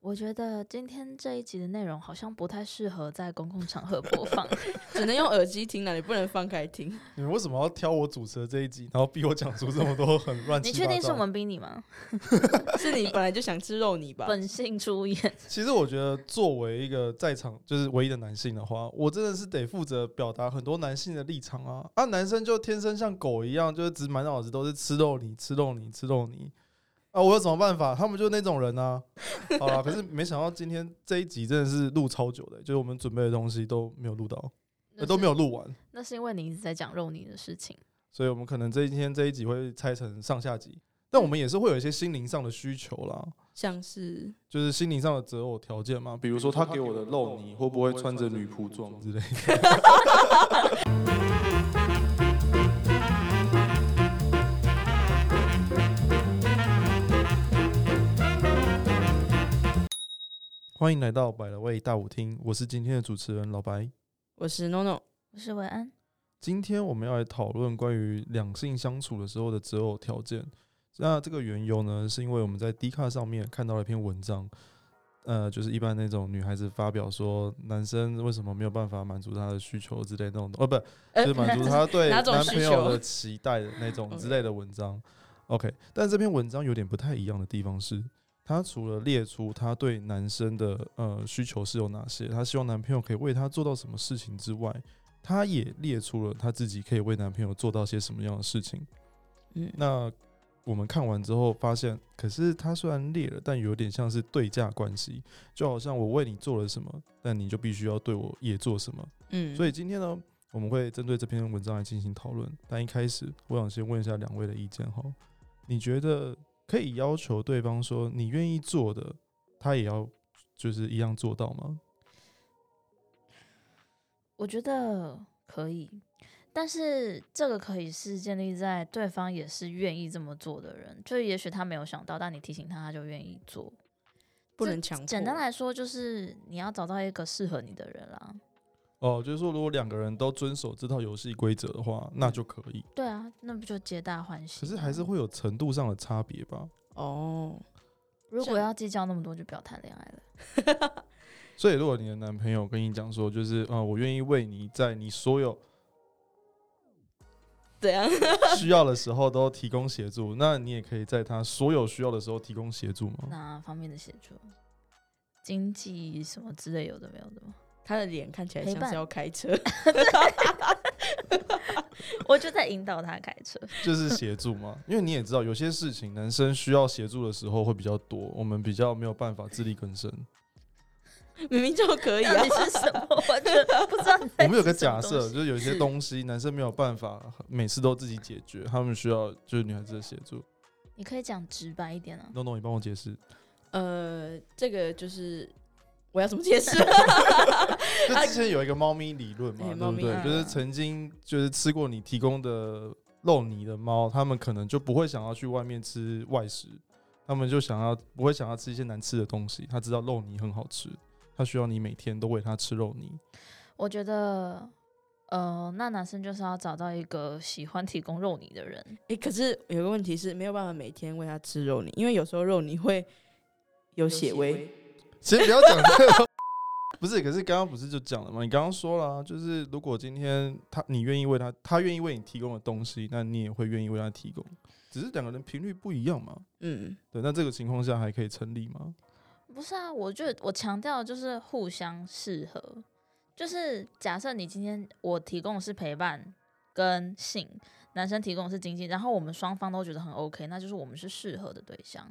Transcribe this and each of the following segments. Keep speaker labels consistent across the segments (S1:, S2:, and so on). S1: 我觉得今天这一集的内容好像不太适合在公共场合播 放，
S2: 只能用耳机听了，你不能放开 听。
S3: 你们为什么要挑我主持的这一集，然后逼我讲出这么多很乱 七
S1: 你
S3: 八糟？
S1: 确定是我们逼你吗？
S2: 是你本来就想吃肉泥
S3: 啊
S2: 吧？
S1: 本性出 演，
S3: 其实我觉得，作为一个在场就是唯一的男性的话，我真的是得负责表达很多男性的立场啊。啊，男生就天生像狗一样，就是只满脑子都是吃肉泥、吃肉泥、吃肉泥。啊，我有什么办法？他们就那种人啊。好啦，可是没想到今天这一集真的是录超久的、欸就是我们准备的东西都没有录到，呃都没有录完，
S1: 那是。那是因为你一直在讲肉泥的事情。
S3: 所以我们可能这一天这一集会拆成上下集。但我们也是会有一些心灵上的需求啦。
S2: 像是
S3: 就是心灵上的择偶条件嘛，比如说他给我的肉泥会不会穿着女仆装之类的。 欢迎来到百乐味大舞厅，我是今天的主持人老白。
S2: 我是 NONO，
S1: 我是维安，
S3: 今天我们要来讨论关于两性相处的时候的择偶条件。那这个缘由呢，是因为我们在 d 卡上面看到了一篇文章，呃，就是一般那种女孩子发表说，男生为什么没有办法满足她的需求之类那种，哦，不，
S2: 呃
S3: 就是 满足她对
S2: 哪种
S3: 男
S2: 需
S3: 朋友
S2: 求嗯
S3: 的期待的那种之类的文章。OK，但这篇文章有点不太一样的地方是，她除了列出她对男生的呃需求是有哪些，她希望男朋友可以为她做到什么事情之外，她也列出了她自己可以为男朋友做到些什么样的事情。
S2: 嗯，
S3: 那我们看完之后发现，可是他虽然列了，但有点像是对价关系，就好像我为你做了什么，但你就必须要对我也做什么。
S2: 嗯，
S3: 所
S2: 以
S3: 以今天呢，我们会针对这篇文章来进行讨论。但一开始，我想先问一下两位的意见哈，你觉得可以要求对方说你愿意做的，他也要就是一样做到吗？
S1: 我觉得可以，但是这个可以是建立在对方也是愿意这么做的人，就也许他没有想到，但你提醒他，他就愿意做。
S2: 不
S1: 这
S2: 能强迫。
S1: 简
S3: 啊
S1: 单来说，就是你要找到一个适合你的人啦。
S3: 哦，就是说，如果两个人都遵守这套游戏规则的话，那就可以。
S1: 对啊，那不就皆大欢喜
S3: 可
S1: 吗？
S3: 是还是会有程度上的差别吧。
S2: 哦，
S1: 如果
S2: 像
S1: 要计较那么多，就不要谈恋爱了。
S3: 所以，如果你的男朋友跟你讲说，就是呃，我愿意为你在你所有
S2: 怎样？
S3: 需要的时候都提供协助，那你也可以在他所有需要的时候提供协助吗？
S1: 哪方面的协助？经济什么之类有的没有的吗？
S2: 他的脸看起来
S1: 陪
S2: 像
S1: 伴
S2: 是要开车，
S1: 我就在引导他开车。
S3: 就是协助吗？因为你也知道，有些事情男生需要协助的时候会比较多，我们比较没有办法自力更生。
S2: 明明就可以
S1: 到
S2: 啊
S1: 底。是什么？我觉得不知道你在
S3: 哎 我们有个
S1: 指什么
S3: 假
S1: 东
S3: 设，
S1: 西
S3: 就是有些东西男生没有办法每次都自己解决，他们需要就是女孩子的协助。
S1: 你可以讲直白一 点啊。
S3: 诺诺，你帮我解释，
S2: 呃，这个就是我要怎么解 释？
S3: 就之前有一个猫咪理论嘛，
S2: 哎
S3: 对
S2: 猫
S3: 不
S2: 咪
S3: 对？
S2: 嗯
S3: 就是曾经就是吃过你提供的肉泥的猫，它们可能就不会想要去外面吃外食，它们就想要不会想要吃一些难吃的东西。它知道肉泥很好吃，它需要你每天都喂它吃肉泥。
S1: 我觉得，呃，那男生就是要找到一个喜欢提供肉泥的人。
S2: 哎、可是有个问题是没有办法每天喂他吃肉泥，因为有时候肉泥会有血味。
S3: 其实不要讲这个， 不是，可是刚刚不是就讲了吗？你刚刚说了啊、就是如果今天他你愿意为他，他愿意为你提供的东西，那你也会愿意为他提供，只是两个人频率不一样嘛。
S2: 嗯，
S3: 对，那这个情况下还可以成立吗？
S1: 不是啊，我就我强调的就是互相适合。就是假设你今天我提供的是陪伴跟性，男生提供的是经济，然后我们双方都觉得很 OK，那就是我们是适合的对象。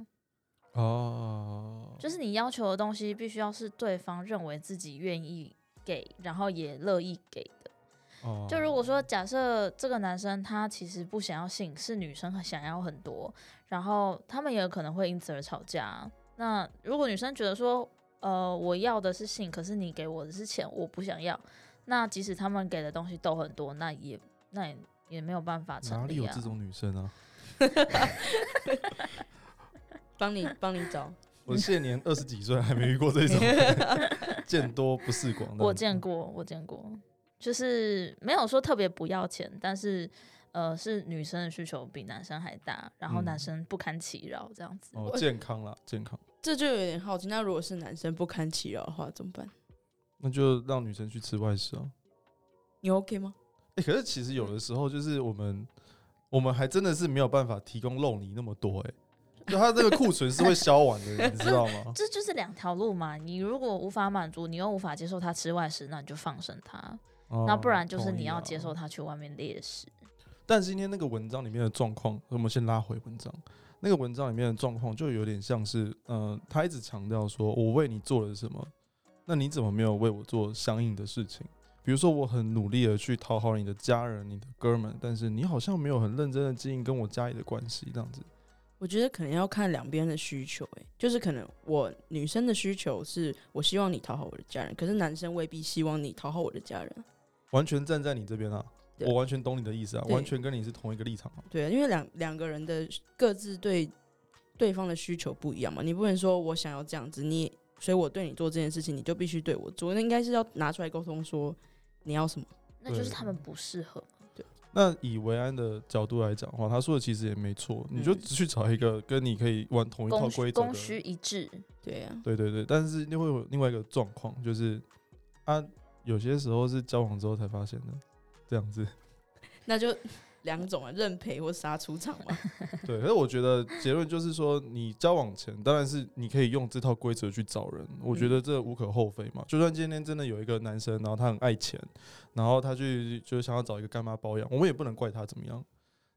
S3: 哦，
S1: 就是你要求的东西必须要是对方认为自己愿意给，然后也乐意给的。
S3: 哦
S1: 就如果说假设这个男生他其实不想要性，是女生很想要很多，然后他们也有可能会因此而吵架。那如果女生觉得说，呃，我要的是性，可是你给我的是钱，我不想要，那即使他们给的东西都很多，那也那也也没有办法成
S3: 哦哪
S1: 立
S3: 里有
S1: 啊
S3: 这。种女生啊？
S2: 帮你帮你找，
S3: 我现年二十几岁还没遇过 这种， 见多不识广。
S1: 我见，过，我见过，就是没有说特别不要钱，但是呃，是女生的需求比男生还大，然后
S3: 嗯哦
S1: 男生不堪其扰这样子。
S3: 哦，健康啦，健康。
S2: 这就有点好奇。那如果是男生不堪其扰的话，怎么办？
S3: 那就让女生去吃外食啊。
S2: 你 OK 吗？
S3: 哎、可是其实有的时候就是我们，我们还真的是没有办法提供肉泥那么多、欸，哎，就它这个库存是会消完的，你知道吗？
S1: 这就是两条路嘛。你如果无法满足，你又无法接受他吃外食，那你就放生他； 那
S3: 啊
S1: 不然就是你要
S3: 同意
S1: 接
S3: 啊
S1: 受他去外面猎食。
S3: 但今天那个文章里面的状况，我们先拉回文章。那个文章里面的状况就有点像是，呃，他一直强调说我为你做了什么，那你怎么没有为我做相应的事情？比如说我很努力的去讨好你的家人、你的哥们，但是你好像没有很认真的经营跟我家里的关系，这样子。
S2: 我觉得可能要看两边的需求、欸，就是可能我女生的需求是我希望你讨好我的家人，可是男生未必希望你讨好我的家人。啊
S3: 完全站在你这边啊，
S2: 对
S3: 我完全懂你的意思啊，
S2: 对
S3: 完全跟你是同一个立场啊。
S2: 对啊，因为两两个人的各自对对方的需求不一样嘛，你不能说我想要这样子，你所以我对你做这件事情，你就必须对我做，那应该是要拿出来沟通说你要什么。
S1: 那就是
S3: 对
S1: 他们不适合。
S3: 那以维安的角度来讲的话，他说的其实也没错，你就
S2: 嗯
S3: 只去找一个跟你可以玩同一套
S1: 供
S3: 规
S1: 需
S3: 则的
S1: 供需一致，
S2: 对啊呀、
S3: 对对对，但是又会有另外一个状况，就是啊，有些时候是交往之后才发现的，这样子。
S2: 那就两种啊，认赔或杀出场 嘛。
S3: 对，可是我觉得结论就是说，你交往前当然是你可以用这套规则去找人，我觉得这无可厚非嘛。就算今天真的有一个男生，然后他很爱钱，然后他去就是想要找一个干妈包养，我们也不能怪他怎么样。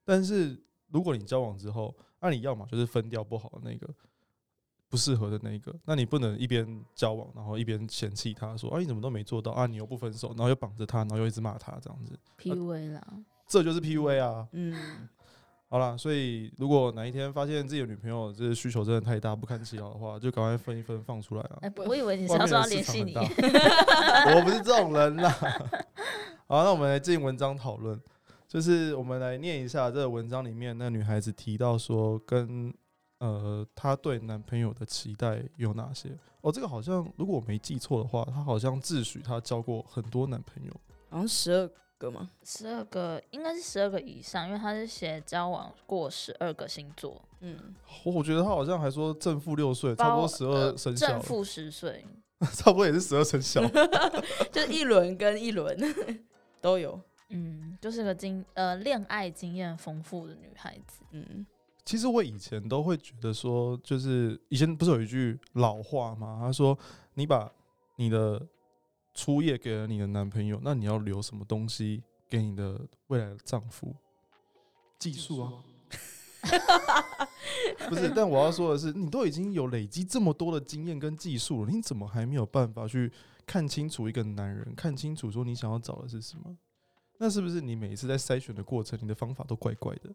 S3: 但是如果你交往之后，那、你要么就是分掉不好的那个。不适合的那一个，那你不能一边交往，然后一边嫌弃他，说啊你怎么都没做到啊，你又不分手，然后又绑着他，然后又一直骂他这样子，
S1: PUA 啦，
S3: 这就是 PUA 啊。
S2: 嗯，
S3: 好啦，所以如果哪一天发现自己的女朋友这需求真的太大，不堪其扰的话，就赶快分一分放出来啊！
S1: 哎、
S2: 不
S1: 我以为你是
S3: 外
S1: 要
S3: 面
S1: 说要
S3: 的
S1: 联
S3: 市
S1: 系
S3: 场很
S1: 你
S3: 大，， 我不是这种人啦。好，那我们来进文章讨论，就是我们来念一下这个文章里面那女孩子提到说跟呃她对男朋友的期待有哪些。哦，这个好像如果我没记错的话，她好像自诩她交过很多男朋友。
S2: 好像十二个嘛。
S1: 十二个应该是十二个以上，因为他是写交往过十二个星座，
S2: 嗯，
S3: 哦我我觉得她好像还说正负六岁，差不
S1: 包
S3: 多十
S1: 呃
S3: 二生肖
S1: 正
S3: 了，
S1: 负十岁，
S3: 差不多也是十二生肖。
S2: 就是一轮跟一轮都有。
S1: 嗯，就是个经呃恋爱经验丰富的女孩子。
S2: 嗯，
S3: 其实我以前都会觉得说，就是以前不是有一句老话吗？他说：“你把你的初夜给了你的男朋友，那你要留什么东西给你的未来的丈夫？技术啊，不是。 但我要说的是，你都已经有累积这么多的经验跟技术了，你怎么还没有办法去看清楚一个男人，看清楚说你想要找的是什么？那是不是你每一次在筛选的过程，你的方法都怪怪的？”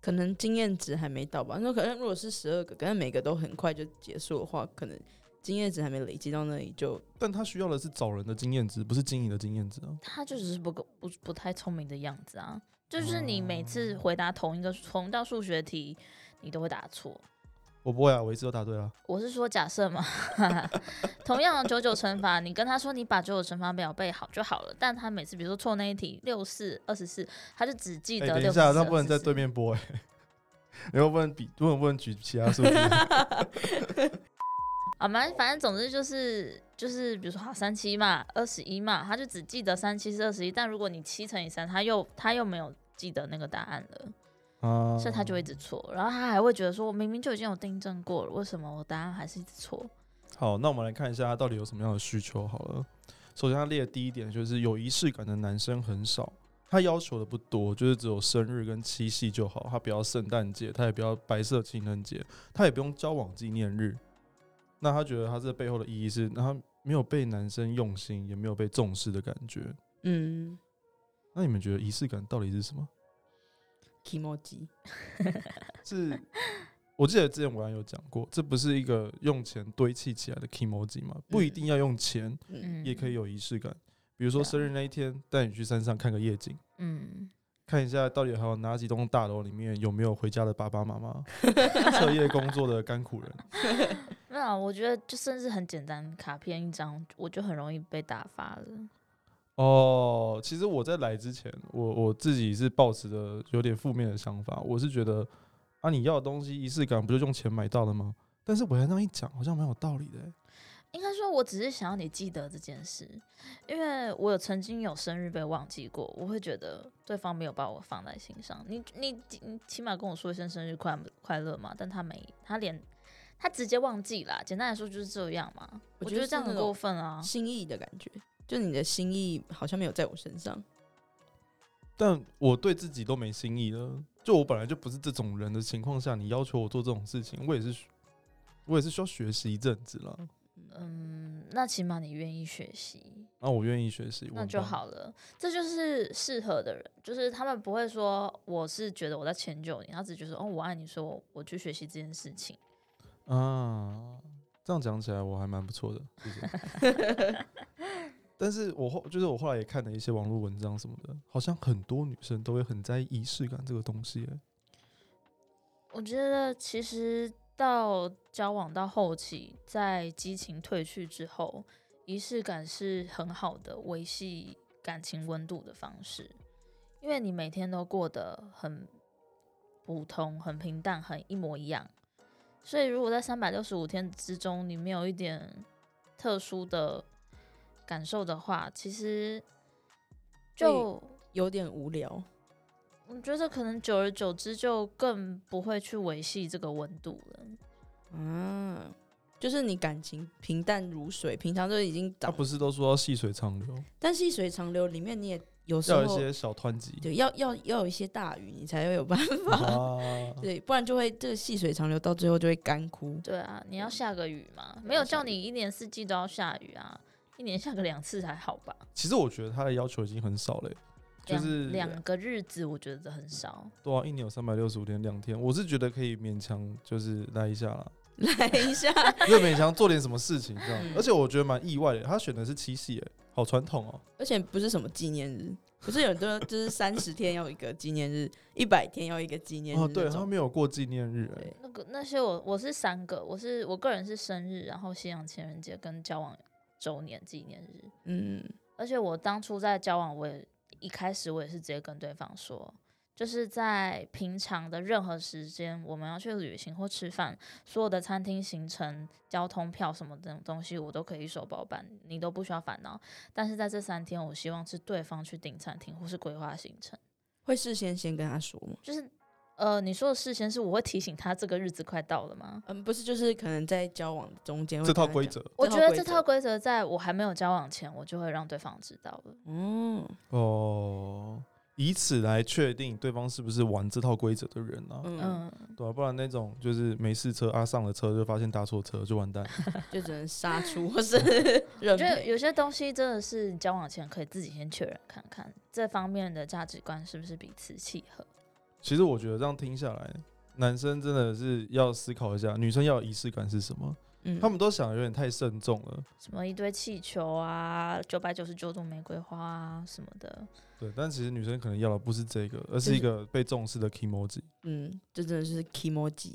S2: 可能经验值还没到吧。那可能如果是十二个，可能每个都很快就结束的话，可能经验值还没累积到那里就
S3: 但他需要的是找人的经验值，不是经营的经验值啊。
S1: 他就只是不够不不太聪明的样子啊。就是你
S3: 哦
S1: 每次回答同一个同一道数学题，你都会答错。
S3: 我不会啊，我一直都答对啊。
S1: 我是说假设嘛， 同样的九九乘法，你跟他说你把九九乘法表背好就好了，但他每次比如说错那一题六四二十四，他就只记
S3: 哎、
S1: 得
S3: 等
S1: 六
S3: 一
S1: 四
S3: 下，
S1: 二
S3: 那不能在对面播哎、 你又不能比，不能不能举 其他数字。
S1: 啊，反正反正总之就是就是，比如说好三七嘛，二十一嘛，他就只记得三七是二十一，但如果你七乘以三，他又他又没有记得那个答案了，
S3: 啊，
S1: 所以他就会一直错，然后他还会觉得说，我明明就已经有订正过了，为什么我答案还是一直错？
S3: 好，那我们来看一下他到底有什么样的需求好了。首先，他列的第一点就是有仪式感的男生很少，他要求的不多，就是只有生日跟七夕就好，他不要圣诞节，他也不要白色情人节，他也不用交往纪念日。那他觉得他这背后的意义是，那他没有被男生用心，也没有被重视的感觉。
S2: 嗯
S3: 那你们觉得仪式感到底是什么？
S2: e m o j i
S3: 是，我记得之前我安有讲过，这不是一个用钱堆砌起来的 emoji 吗？不一定要用钱，
S2: 嗯
S1: 嗯，
S3: 也可以，有仪式感。比如说
S1: 对啊
S3: 生日那一天，带你去山上看个夜景，
S1: 嗯，
S3: 看一下到底还有哪几栋大楼里面有没有回家的爸爸妈妈，彻夜工作的甘 苦人。
S1: 没有啊，我觉得就甚至很简单，卡片一张，我就很容易被打发了。
S3: 哦，其实我在来之前，我我自己是抱持着有点负面的想法，我是觉得啊，你要的东西仪式感不就用钱买到的吗？但是伟安那样一讲，好像蛮有道理的欸、
S1: 应该说，我只是想要你记得这件事，因为我有曾经有生日被忘记过，我会觉得对方没有把我放在心上。你你你起码跟我说一声生日快快乐嘛，但他没，他连他直接忘记啦。简单来说就是这样嘛，我
S2: 我觉
S1: 觉
S2: 得
S1: 得这样
S2: 是那
S1: 很
S2: 种
S1: 过分啊。
S2: 心意的感觉，就你的心意好像没有在我身上。
S3: 但我对自己都没心意了。就我本来就不是这种人的情况下，你要求我做这种事情，我也是，我也是需要学习一阵子了。
S1: 嗯，那起码你愿意学习，
S3: 那我愿意学习，我
S1: 那
S3: 很
S1: 就
S3: 棒。
S1: 好了。这就是适合的人，就是他们不会说我是觉得我在迁就你，他只觉得说哦我爱你，说我我去学习这件事情。
S3: 啊，这样讲起来我还蛮不错的，谢谢。但是我后就是我后来也看了一些网络文章什么的，好像很多女生都会很在意仪式感这个东西、欸。
S1: 我觉得其实到交往到后期，在激情褪去之后，仪式感是很好的维系感情温度的方式，因为你每天都过得很普通、很平淡、很一模一样。所以，如果在三百六十五天之中，你没有一点特殊的感受的话，其实就
S2: 有点无聊，
S1: 我觉得可能久而久之就更不会去维系这个温度了。
S2: 啊，就是你感情平淡如水，平常都已经
S3: 他
S2: 找，
S3: 啊不是都说要细水长流，
S2: 但细水长流里面你也有时
S3: 要有一
S2: 候
S3: 些小湍急
S2: 对要要要有一些大雨，你才会有办法，
S3: 啊。
S2: 对，不然就会这个细水长流到最后就会干枯。
S1: 对啊，你要下个雨嘛？
S2: 对
S1: 没有
S2: 要下
S1: 叫你一年四季都要下雨啊，一年下个两次还好吧？
S3: 其实我觉得他的要求已经很少了欸、就
S1: 两
S3: 是
S1: 两个日子，我觉得很少。
S3: 对啊，一年有三百六十五天，两天，我是觉得可以勉强就是来一下啦，
S2: 来一下，
S3: 因为勉强做点什么事情这样
S2: 嗯。
S3: 而且我觉得蛮意外的，他选的是七夕、欸，好传统哦、
S2: 而且不是什么纪念日，不是有很多人就是三十天要一个纪念日，一百天要一个纪念日
S3: 哦、
S2: 那种。
S3: 对，他没有过纪念日、欸
S2: 对，
S1: 那个那些我我是三个，我是我个人是生日，然后西洋情人节跟交往周年纪念日。
S2: 嗯，
S1: 而且我当初在交往，我也一开始我也是直接跟对方说，就是在平常的任何时间，我们要去旅行或吃饭，所有的餐厅行程、交通票什么这种东西，我都可以一手包办，你都不需要烦恼。但是在这三天，我希望是对方去订餐厅或是规划行程，
S2: 会事先先跟他说吗？
S1: 就是。呃，你说的事先是我会提醒他这个日子快到了吗？
S2: 嗯，不是，就是可能在交往中间会
S3: 这
S2: 跟
S3: 套
S2: 他
S3: 规
S2: 讲
S3: 则。
S1: 我
S2: 这
S1: 觉
S2: 套
S1: 得
S2: 规
S1: 这
S2: 则
S1: 套规则在我还没有交往前，我就会让对方知道了。
S2: 哦，
S3: 哦，以此来确定对方是不是玩这套规则的人啊，
S2: 嗯，
S1: 嗯，
S3: 对啊，不然那种就是没事车啊，上了车就发现搭错车就 完蛋了。
S2: 就只能杀 出或是认
S1: 我觉得
S2: 赔。
S1: 有些东西真的是交往前可以自己先确认看看，这方面的价值观是不是彼此契合。
S3: 其实我觉得这样听下来，男生真的是要思考一下，女生要有仪式感是什么？
S2: 嗯
S3: 他们都想得有点太慎重了。
S1: 什么一堆气球啊，九百九十九朵玫瑰花啊什么的，
S3: 对，但其实女生可能要的不是这个，而是一个被重视的 emoji。
S2: 嗯，这真的是 emoji。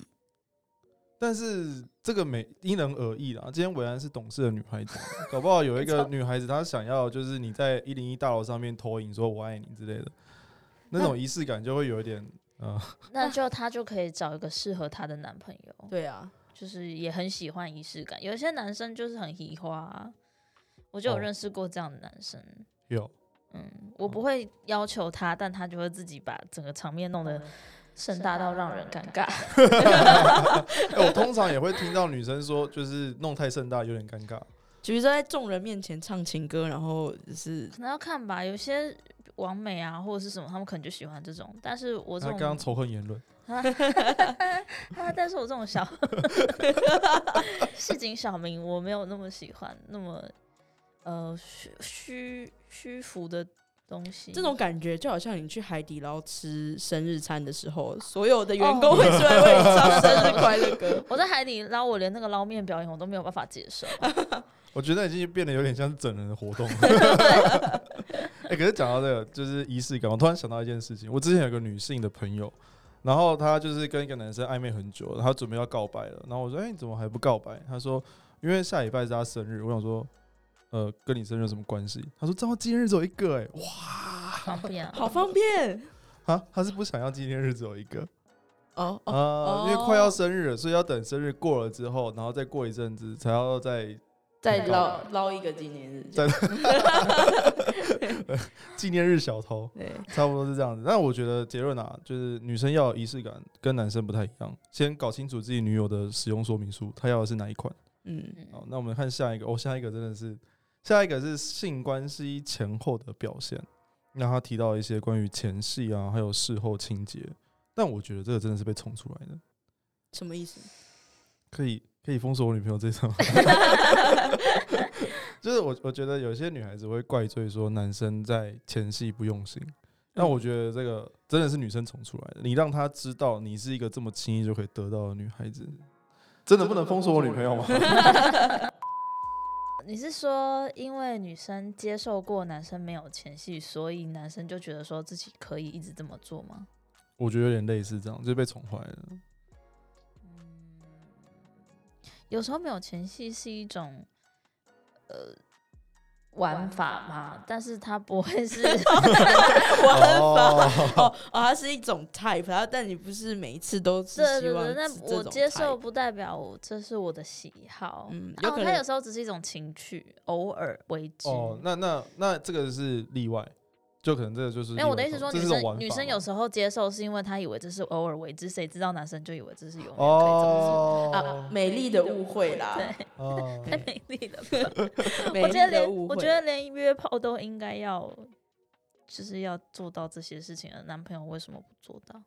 S3: 但是这个每因人而异啦。今天伟安是懂事的女孩子，啊搞不好有一个女孩子她想要就是你在一零一大楼上面投影说“我爱你”之类的，那种仪式感就会有一点呃，
S1: 那就她就可以找一个适合她的男朋友，
S2: 对啊，
S1: 就是也很喜欢仪式感。有些男生就是很移花、啊，我就有
S3: 哦
S1: 认识过这样的男生。
S3: 有
S1: 嗯，我
S3: 哦
S1: 不会要求他，但他就会自己把整个场面弄得嗯盛大到让人尴尬。
S3: 哎，我通常也会听到女生说，就是弄太盛大有点尴尬。
S2: 就是在众人面前唱情歌，然后就是
S1: 可能要看吧，有些完美啊或者是什么，他们可能就喜欢这种。但是我这
S3: 她刚刚
S1: 种，
S3: 仇恨言论，
S1: 啊，但是我这种小 市井小民，我没有那么喜欢那么呃虚虚虚浮的东西。
S2: 这种感觉，就好像你去海底捞吃生日餐的时候，所有的员工会出来为你唱生日快乐歌。
S1: 我在海底捞，我连那个捞面表演我都没有办法接受。
S3: 我觉得已经变得有点像是整人的活动。 哎、可是讲到这个，就是仪式感，我突然想到一件事情。我之前有个女性的朋友，然后她就是跟一个男生暧昧很久了，她准备要告白了。然后我说：“哎、你怎么还不告白？”她说：“因为下礼拜是她生日。”我想说：“呃，跟你生日有什么关系？”她说：“正好纪念日只有一个、哎，
S1: 方便、啊，
S2: 好方便，
S3: 哇啊，她是不想要纪念日只有一个。
S2: 哦哦，
S3: 啊，因为快要生日了，所以要等生日过了之后，然后再过一阵子才要再
S2: 再
S1: 再
S2: 捞
S1: 捞
S2: 捞一个纪念日，
S3: 再纪念日小偷，
S2: 对，
S3: 差不多是这样子。但我觉得结论啊，就是女生要有仪式感，跟男生不太一样。先搞清楚自己女友的使用说明书，她要的是哪一款。
S2: 嗯，
S3: 好，那我们看下一个，哦，下一个真的是，下一个是性关系前后的表现。那他提到一些关于前戏啊，还有事后情节，但我觉得这个真的是被冲出来的，
S2: 什么意思？
S3: 可以可以封锁我女朋友这种。 就是我我觉得有些女孩子会怪罪说男生在前戏不用心，那
S1: 嗯
S3: 我觉得这个真的是女生宠出来的。你让她知道你是一个这么轻易就可以得到的女孩子，真的不能封锁我女朋友吗？
S1: 你是说，因为女生接受过男生没有前戏，所以男生就觉得说自己可以一直这么做吗？
S3: 我觉得有点类似这样，就是被宠坏了。
S1: 嗯，有时候没有前戏是一种呃玩法嘛，但是它不会是
S2: 我很烦。
S3: 哦，
S2: 哦哦，它是一种 type，然后但你不是每一次都是
S1: 对
S2: 希
S1: 对
S2: 望
S1: 对，
S2: 是
S1: 那
S2: 这
S1: 我
S2: 种
S1: 接受
S2: type
S1: 不代表我这是我的喜好。
S2: 嗯
S1: 嗯，
S2: 有
S1: 哦，
S2: 可
S1: 它
S2: 能
S1: 有时候只是一种情趣，偶尔为之。
S3: 哦，那那那这个是例外，就可能这个就是例外。
S1: 没有，我的意思说，
S3: 这
S1: 女
S3: 是一种玩
S1: 生
S3: 法
S1: 女生有时候接受是因为她以为这是偶尔为之，谁知道男生就以为这是永远可以这么啊
S3: 哦
S2: 啊美丽的误会啦，
S3: 哦
S1: 做，太美丽了吧。
S2: 美
S1: 我
S2: 丽
S1: 觉得
S2: 的
S1: 连
S2: 误
S1: 我
S2: 会。
S1: 觉得连约炮都应该要，就是要做到这些事情的男朋友为什么不做到？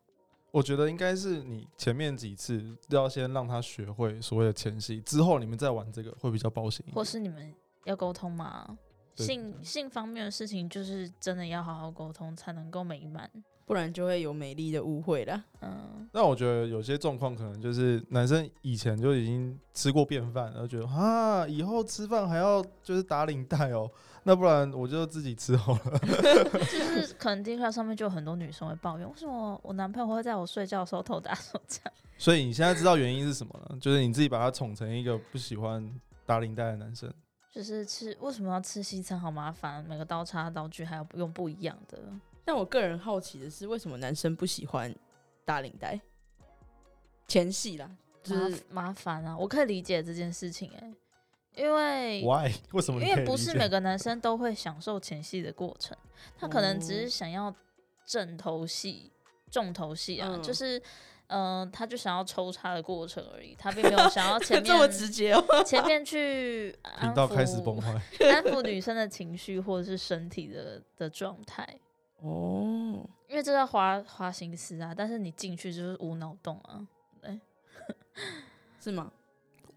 S3: 我觉得应该是你前面几次要先让他学会所谓的前戏，之后你们再玩这个会比较保险一点。
S1: 或是你们要沟通吗？
S3: 对
S1: 性性方面的事情，就是真的要好好沟通才能够美满。
S2: 不然就会有美丽的误会啦。
S1: 嗯，
S3: 那我觉得有些状况可能就是男生以前就已经吃过便饭，然后觉得啊，以后吃饭还要就是打领带哦，那不然我就自己吃好了。
S1: 就是可能 d 卡上面就有很多女生会抱怨，为什么我男朋友会在我睡觉的时候偷打手枪？
S3: 所以你现在知道原因是什么了？就是你自己把他宠成一个不喜欢打领带的男生。
S1: 就是吃为什么要吃西餐，好麻烦，每个刀叉刀具还要用不一样的。
S2: 但我个人好奇的是，为什么男生不喜欢打领带？前戏啦，就
S1: 麻
S2: 是
S1: 麻烦啊！我可以理解这件事情哎、因为
S3: Why？为什么你可以
S1: 因
S3: 理解？
S1: 为不是每个男生都会享受前戏的过程，他可能只
S2: 哦
S1: 是想要正头戏、重头戏啊，
S2: 嗯
S1: 就是嗯、呃他就想要抽插的过程而已，他并没有想 要前
S2: 这么
S1: 面
S2: 直接哦、
S1: 前面去
S3: 频
S1: 安
S3: 道开始崩
S1: 抚
S3: 坏。
S1: 安抚女生的情绪或者是身体的的状态。
S2: 哦，
S1: 因为这要花花心思啊，但是你进去就是无脑洞啊。
S2: 是吗？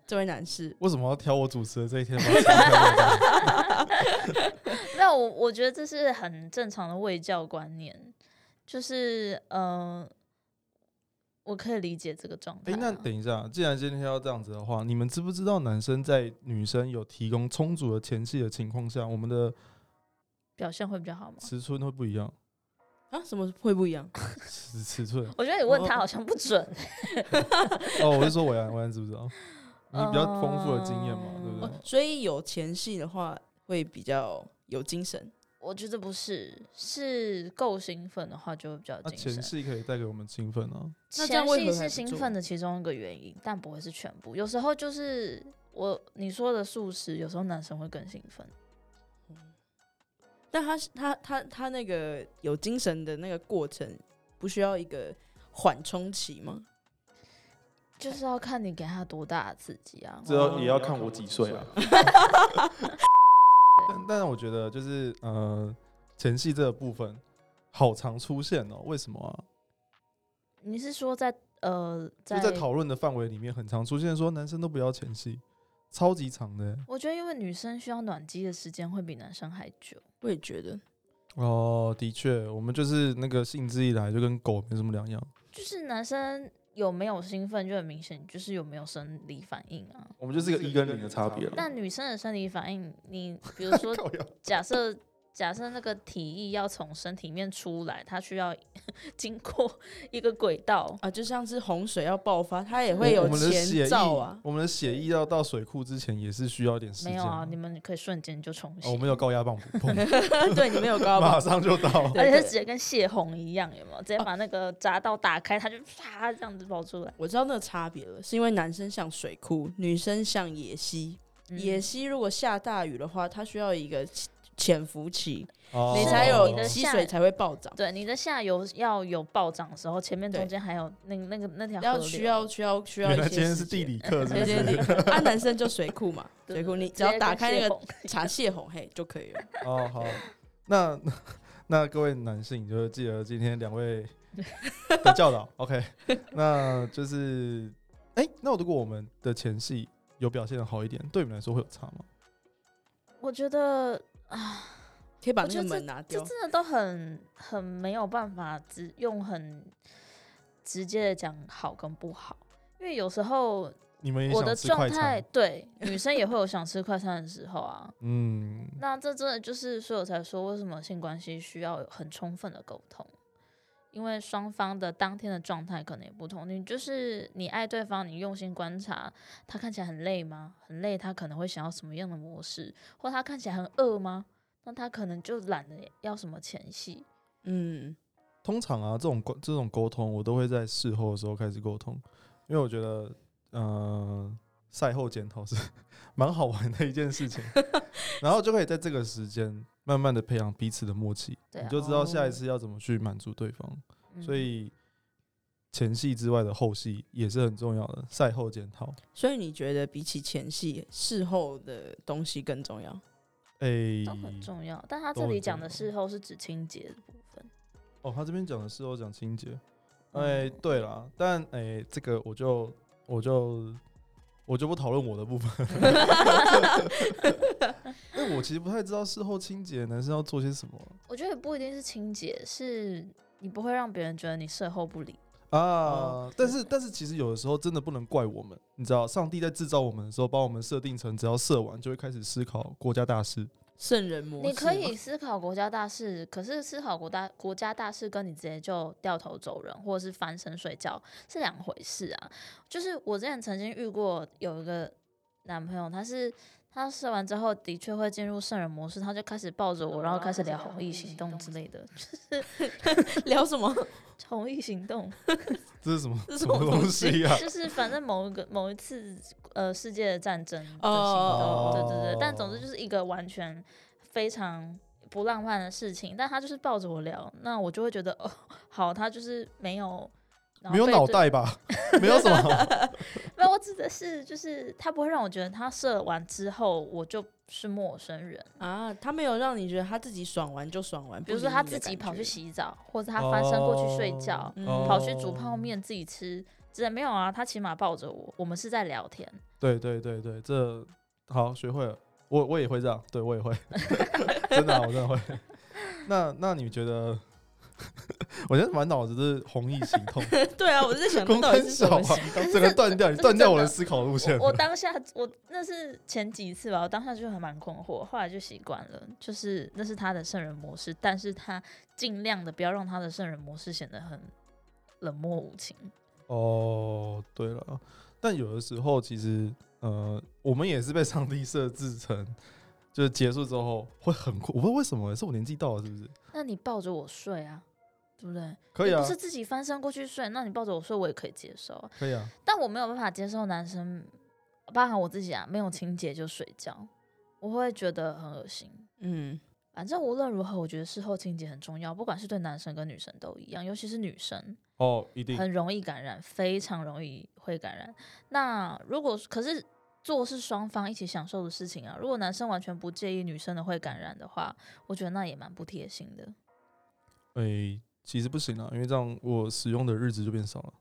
S2: 这位男士，
S3: 为什么要挑我主持的这一天把它拆开来？
S1: 那我我觉得这是很正常的卫教观念，就是呃，我可以理解这个状态
S3: 哎、
S1: 啊、
S3: 那等一下，既然今天要这样子的话，你们知不知道男生在女生有提供充足的前戏的情况下，我们的
S1: 表现会比较 好吗？
S3: 尺寸会不 一样？
S2: 啊，什么会不一样？
S3: 尺尺寸？
S1: 我觉得你问
S2: 哦
S1: 他好像不准。
S3: 哦，我是说伟安，伟安知不知道？你比较丰富的经验嘛，
S1: 嗯
S3: 对不
S2: 哦
S3: 对？
S2: 所以有前戏的话，会比较有精神。
S1: 我觉得不是，是够兴奋的话就会比较
S3: 那、
S1: 精
S3: 啊前
S1: 神。
S3: 戏可以带给我们兴奋啊。
S2: 哦那这样为
S1: 戏
S2: 何
S1: 是
S2: 还不
S1: 兴
S2: 做
S1: 奋的其中一个原因，但不会是全部。有时候就是我你说的素食，有时候男生会更兴奋。
S2: 但他是他他他那个有精神的那个过程，不需要一个缓冲期吗？
S1: 就是要看你给他多大的刺激啊！
S3: 这要也要看我几岁啊。但但我觉得就是呃，前戏这个部分好常出现哦，为什么啊？
S1: 你是说在呃，
S3: 就在讨论的范围里面，很常出现说男生都不要前戏，超级长的欸
S1: 我觉得，因为女生需要暖机的时间会比男生还久。
S2: 我也觉得，
S3: 哦。的确，我们就是那个兴致一来就跟狗没什么两样。
S1: 就是男生有没有兴奋，就很明显，就是有没有生理反应啊。
S3: 我们就是个一跟零的差别了
S1: 但女生的生理反应，你比如说，假设假设那个体液要从身体里面出来，它需要 经过一个轨道。
S2: 啊，就像是洪水要爆发，它也
S3: 我
S2: 会有
S3: 我们的血
S2: 前
S3: 液
S2: 兆啊，。
S3: 我们的血液要到水库之前也是需要一点时
S1: 没
S3: 间
S1: 有
S3: 的。
S1: 啊，你们可以瞬间就冲洗，
S3: 哦我们有高 压棒，砰
S2: 对，你没有高
S3: 马
S2: 吧？
S3: 上就到。
S2: 对
S1: 而且是
S2: 对
S1: 直接跟泄洪一样，有没有？直接
S3: 哦
S1: 把那个闸道打开，它就啪这样子跑出来。
S2: 我知道那个差别了，是因为男生像水库，女生像野溪。
S1: 嗯
S2: 野溪如果下大雨的话，它需要一个潜潜伏期，
S3: 哦
S2: 你才
S1: 你
S2: 有
S1: 的
S2: 溪
S1: 下
S2: 水才会暴涨，
S1: 对，你的下游要有暴涨的时候，前面中
S2: 对
S1: 间还有那那个那条河
S2: 要
S1: 流
S2: 需要需要需要
S3: 原
S2: 一
S3: 来
S2: 些。
S3: 今天是地，理课，是
S2: 对
S3: 不
S2: 对
S3: 是？
S2: 对，啊，男生就水库嘛，
S1: 对
S2: 水库你
S1: 直
S2: 只要
S1: 接
S2: 打
S1: 跟
S2: 开
S1: 泄
S2: 那个
S1: 洪
S2: 查泄洪，嘿就可 以了。
S3: 哦，好，那那各位男性就是记得今天两 位的教导，OK，那就是，哎、那如果我们的前戏有表现的好一点，对你们来说会有差吗？
S1: 我觉得
S2: 可以把
S1: 我
S2: 那
S1: 觉得
S2: 个门拿
S1: 这
S2: 掉，
S1: 真的都很很没有办法直用很直接的讲好跟不好，因为有时候
S3: 你们也
S1: 我的
S3: 想吃
S1: 状
S3: 快
S1: 态
S3: 餐？
S1: 对女生也会有想吃快餐的时候啊。
S3: 嗯，
S1: 那这真的就是，所以我才说为什么性关系需要有很充分的沟通，因为双方的当天的状态可能也不同。你就是你爱对方，你用心观察，他看起来很累吗？很累，他可能会想要什么样的模式，或他看起来很饿吗？那他可能就懒得要什么前戏。
S2: 嗯，
S3: 通常啊，这种沟这种沟通，我都会在事后的时候开始沟通，因为我觉得，呃，赛后检讨是 蛮好玩的一件 事情，然后就可以在这个时间慢慢的培养彼此的默契，
S1: 对啊
S3: 你就知道下一
S2: 哦
S3: 次要怎么去满足对方。
S1: 嗯
S3: 所以前戏之外的后戏也是很重要的，赛后检讨。
S2: 所以你觉得比起前戏，事后的东西更重要？
S3: 诶、
S1: 嗯都很重要。但他
S3: 都
S1: 这
S3: 很
S1: 里
S3: 重
S1: 讲的
S3: 要
S1: 事后是指清洁的部分。
S3: 哦，他这边讲的事后讲清洁。哎、
S1: 嗯
S3: 对啦，但哎、这个我就我就我就不讨论我的部分， 因为我其实不太知道事后清洁男生要做些什么
S1: 我觉得不一定是清洁，是你不会让别人觉得你事后不理。
S3: 啊。
S2: 哦
S3: 但是但是其实有的时候真的不能怪我们，你知道，上帝在制造我们的时候，把我们设定成只要射完就会开始思考国家大事。
S2: 圣人模式吗，
S1: 你可 以思考国家大事，可是思考国大国家大事跟你直接就掉头走人，或者是翻身睡觉是两回事啊。就是我之前曾经遇过有一个男朋友，他是他射完之后的确会进入圣人模式，他就开始抱着我，然后哦开始聊红衣行动之类的，
S2: 聊什么？
S1: 红衣行动。
S3: 这是什么
S2: 这是
S3: 什么
S2: 什么东
S3: 东 西啊？
S1: 就是反正某一个某一次呃世界的战争的行动，
S2: 哦
S1: 对对对，但总之
S3: 哦
S1: 就是一个完全非常不浪漫的事情，但他就是抱着我聊，那我就会觉得哦 好，他就是没有。然后
S3: 没有
S1: 被
S3: 脑
S1: 对，
S3: 袋吧？ 没有什么。
S1: 没有。我指的是，就是他不会让我觉得他射完之后我就是陌生人。
S2: 啊，他没有让你觉得他自己爽完就爽完，
S1: 比如
S2: 不
S1: 说
S2: 理
S1: 他
S2: 你的
S1: 自己
S2: 感
S1: 跑去
S2: 觉，
S1: 洗澡，或者他翻身过去睡觉，
S2: 嗯
S3: 哦
S1: 跑去煮泡。面自己吃，真的没有啊。他起码抱着我，我们是在聊天。
S3: 对对对对，这好学会了，我我也会这样，对我也会， 真的啊、我真的会。那那你觉得？我现在满脑子都是弘毅行动，
S2: 对啊，我在想
S3: 公
S2: 到底
S3: 分
S2: 是什
S3: 小
S2: 么
S3: 啊
S2: 事？，
S3: 整个断掉，你
S1: 这是
S3: 断掉
S1: 真
S3: 我的
S1: 的
S3: 思考路线
S1: 我我
S3: 了。
S1: 当下我那是前几次吧，我当下就还蛮困惑，后来就习惯了，就是那是他的圣人模式，但是他尽量的不要让他的圣人模式显得很冷漠无情。
S3: 哦，对了，但有的时候其实，呃，我们也是被上帝设置成，就是结束之后会很困，我不知道为什么，欸是我年纪到了是不是？
S1: 那你抱着我睡啊，对不对？
S3: 可以
S1: 你
S3: 啊
S1: 不，是自己翻身过去睡，那你抱着我睡我也可以接受啊，
S3: 可以啊，
S1: 但我没有办法接受男生，包含我自己啊，没有情节就睡觉，我会觉得很恶心。
S2: 嗯，
S1: 反正无论如何，我觉得事后情节很重要，不管是对男生跟女生都一样，尤其是女生。
S3: 哦，一定，
S1: 很容易感染，非常容易会感染。那如果可是做是双方一起享受的事情啊，如果男生完全不介意女生的会感染的话，我觉得那也蛮不贴心的。
S3: 诶、其实不行啊，因为这样我使用的日子就变少了。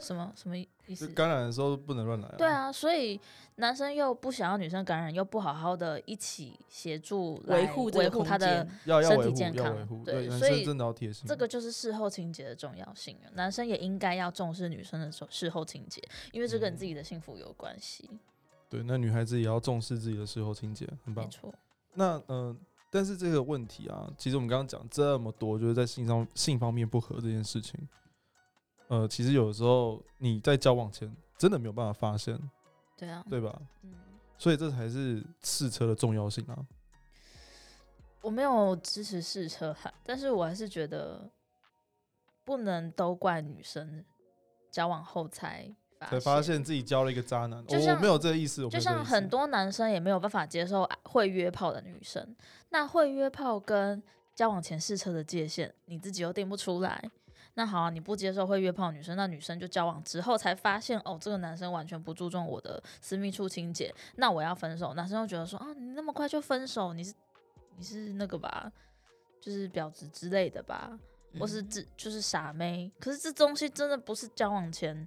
S1: 什么什么意
S3: 就
S1: 思？
S3: 感染的时候不能乱来、啊。
S1: 对，啊，所以男生又不想要女生感染，又不好好的一起协助来
S2: 维护这个
S1: 维护
S2: 空
S1: 他的
S2: 间，嗯
S3: 要要
S1: 身
S3: 维
S1: 体
S3: 护，
S1: 健
S3: 要
S1: 康
S3: 维护。
S1: 对
S3: 对，男
S1: 所
S3: 生
S1: 以
S3: 真的要贴心。
S1: 这个就是事后情节的重要性了。男生也应该要重视女生的手事后情节，因为这跟你
S2: 嗯
S1: 自己的幸福有关系。
S3: 对，那女孩子也要重视自己的事后清洁，很
S1: 没
S3: 棒。
S1: 错，
S3: 那嗯、呃但是这个问题啊，其实我们刚刚讲这么多，就是在性上性方面不合这件事情。呃，其实有的时候你在交往前真的没有办法发现，
S1: 对啊，
S3: 对吧？
S1: 嗯，
S3: 所以这才是试车的重要性啊。
S1: 我没有支持试车啦，但是我还是觉得不能都怪女生交往后才发
S3: 才发现自己交了一个渣男，哦
S1: 就
S3: 我我
S1: 像
S3: 没有这个意思，我没
S1: 就
S3: 有这个
S1: 像
S3: 意思
S1: 很多男生也没有办法接受会约炮的女生，那会约炮跟交往前试车的界限，你自己又定不出来。那好、啊，你不接受会约炮的女生，那女生就交往之后才发现，哦，这个男生完全不注重我的私密处清洁，那我要分手。男生又觉得说，啊，你那么快就分手，你是你是那个吧，就是婊子之类的吧，或
S2: 嗯
S1: 是这就是傻妹。可是这东西真的不是交往前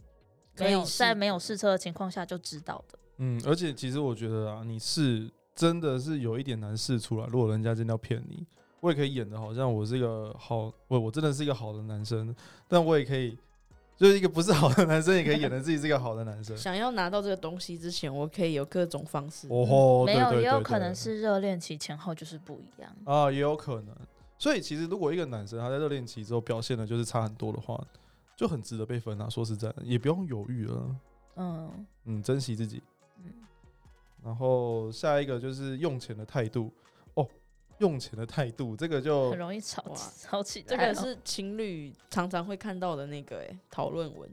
S2: 可以
S1: 没有
S2: 试。
S1: 在没有试车的情况下就知道的。
S3: 嗯，而且其实我觉得啊，你是真的是有一点难试出来。如果人家真的要骗你，我也可以演的好像我是一个好，我我真的是一个好的男生，但我也可以就是一个不是好的男生，也可以演的自己是一个好的男生
S2: 想要拿到这个东西之前，我可以有各种方式。
S3: 哦吼，
S1: 没
S3: 对
S1: 有，
S3: 对
S1: 也有
S3: 对
S1: 可
S3: 对
S1: 能是热恋期前后就是不一样。
S3: 啊，也有可能。所以其实如果一个男生他在热恋期之后表现的就是差很多的话，就很值得被分啊。说实在的，也不用犹豫了，
S1: 嗯
S3: 嗯，珍惜自己。
S1: 嗯，
S3: 然后下一个就是用钱的态度哦，用钱的态度这个就
S1: 很容易吵
S2: 哇
S1: 吵起来
S2: 这
S1: 哦。
S2: 个是情侣常常会看到的那个哎讨论文，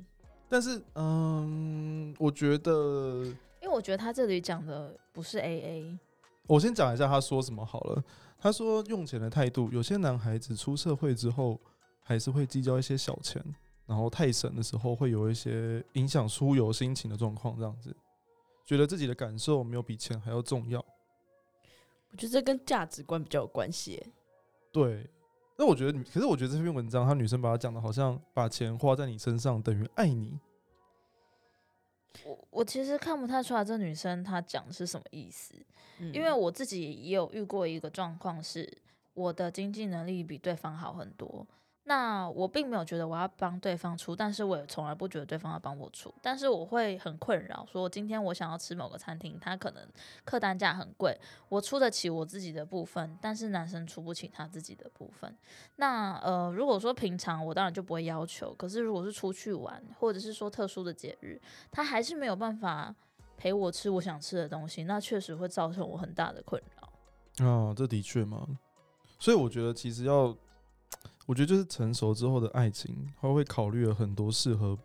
S3: 但是，嗯，我觉得
S1: 因为我觉得他这里讲的不是 A A，
S3: 我先讲一下他说什么好了。他说用钱的态度，有些男孩子出社会之后还是会计较一些小钱，然后太省的时候会有一些影响出游心情的状况，这样子，觉得自己的感受没有比钱还要重要。
S2: 我觉得这跟价值观比较有关系欸。
S3: 对，那我觉得你，可是我觉得这篇文章，他女生把它讲的好像把钱花在你身上等于爱你，
S1: 我我其实看不太出来这女生她讲的是什么意思，
S2: 嗯
S1: 因为我自己也有遇过一个状况是，我的经济能力比对方好很多。那我并没有觉得我要帮对方出，但是我也从来不觉得对方要帮我出，但是我会很困扰，说今天我想要吃某个餐厅，他可能客单价很贵，我出得起我自己的部分，但是男生出不起他自己的部分。那呃，如果说平常我当然就不会要求，可是如果是出去玩，或者是说特殊的节日，他还是没有办法陪我吃我想吃的东西，那确实会造成我很大的困扰。
S3: 啊，这的确嘛，所以我觉得其实要，我觉得就是成熟之后的爱情，他会考虑了很多适合，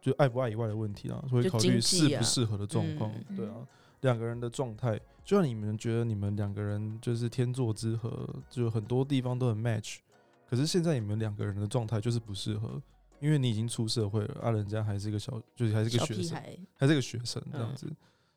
S3: 就爱不爱以外的问题啦，会
S2: 就
S3: 考
S2: 经
S3: 虑
S2: 济
S3: 适不
S2: 啊
S3: 适合的状况，
S1: 嗯
S3: 对啊
S1: 嗯，
S3: 两个人的状态，就像你们觉得你们两个人就是天作之合，就很多地方都很 match，可是现在你们两个人的状态就是不适合。因为你已经出社会了，啊，人家还是一个小，就是还是一
S2: 小
S3: 个学
S2: 屁
S3: 生，
S2: 孩，
S3: 还是一个学生这样子，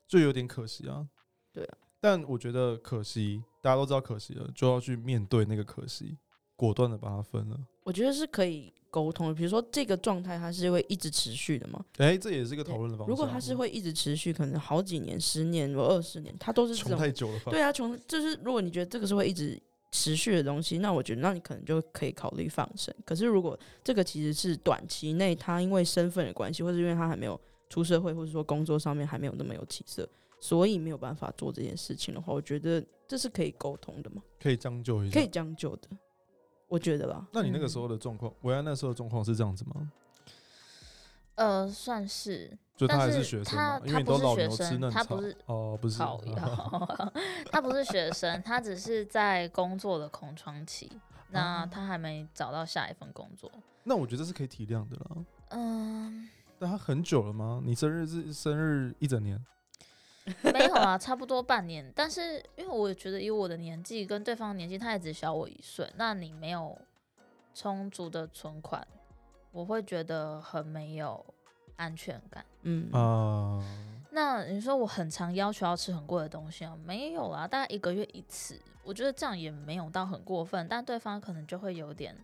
S3: 就有点可惜啊。
S2: 对啊，
S3: 但我觉得可惜，大家都知道可惜了，就要去面对那个可惜，果断的把它分了。
S2: 我觉得是可以沟通的。比如说这个状态，它是会一直持续的嘛？
S3: 哎、这也是一个讨论的方式啊。
S2: 如果它是会一直持续，可能好几年、十年或二十年，它都是这
S3: 穷
S2: 种。
S3: 太久了吧？
S2: 对啊，穷就是如果你觉得这个是会一直持续的东西，那我觉得那你可能就可以考虑放生。可是如果这个其实是短期内他因为身份的关系，或是因为他还没有出社会，或者说工作上面还没有那么有起色，所以没有办法做这件事情的话，我觉得这是可以沟通的嘛，
S3: 可以将就一
S2: 可
S3: 下
S2: 以。将就的，我觉得吧。
S3: 那你那个时候的状况，维安那时候的状况是这样子吗？
S1: 呃，算是
S3: 就他
S1: 但
S3: 还是
S1: 是
S3: 学生
S1: 他
S3: 嘛，因为
S1: 他
S3: 你
S1: 不
S3: 都
S1: 是
S3: 老
S1: 学
S3: 牛吃
S1: 生
S3: 嫩
S1: 他
S3: 草
S1: 不是
S3: 哦，不是
S1: 好呀， 他不是学生，他只是在工作的空窗期，那
S3: 哦
S1: 他还没找到下一份工作。
S3: 那我觉得这是可以体谅的啦。
S1: 嗯，
S3: 但他很久了吗？你生日是生日一整年，
S1: 没有啊，差不多半年。但是因为我觉得以我的年纪跟对方的年纪，他也只小我一岁，那你没有充足的存款，我会觉得很没有安全感。
S2: 嗯
S3: 啊、
S1: 那你说我很常要求要吃很贵的东西啊？没有啊，大概一个月一次，我觉得这样也没有到很过分，但对方可能就会有点，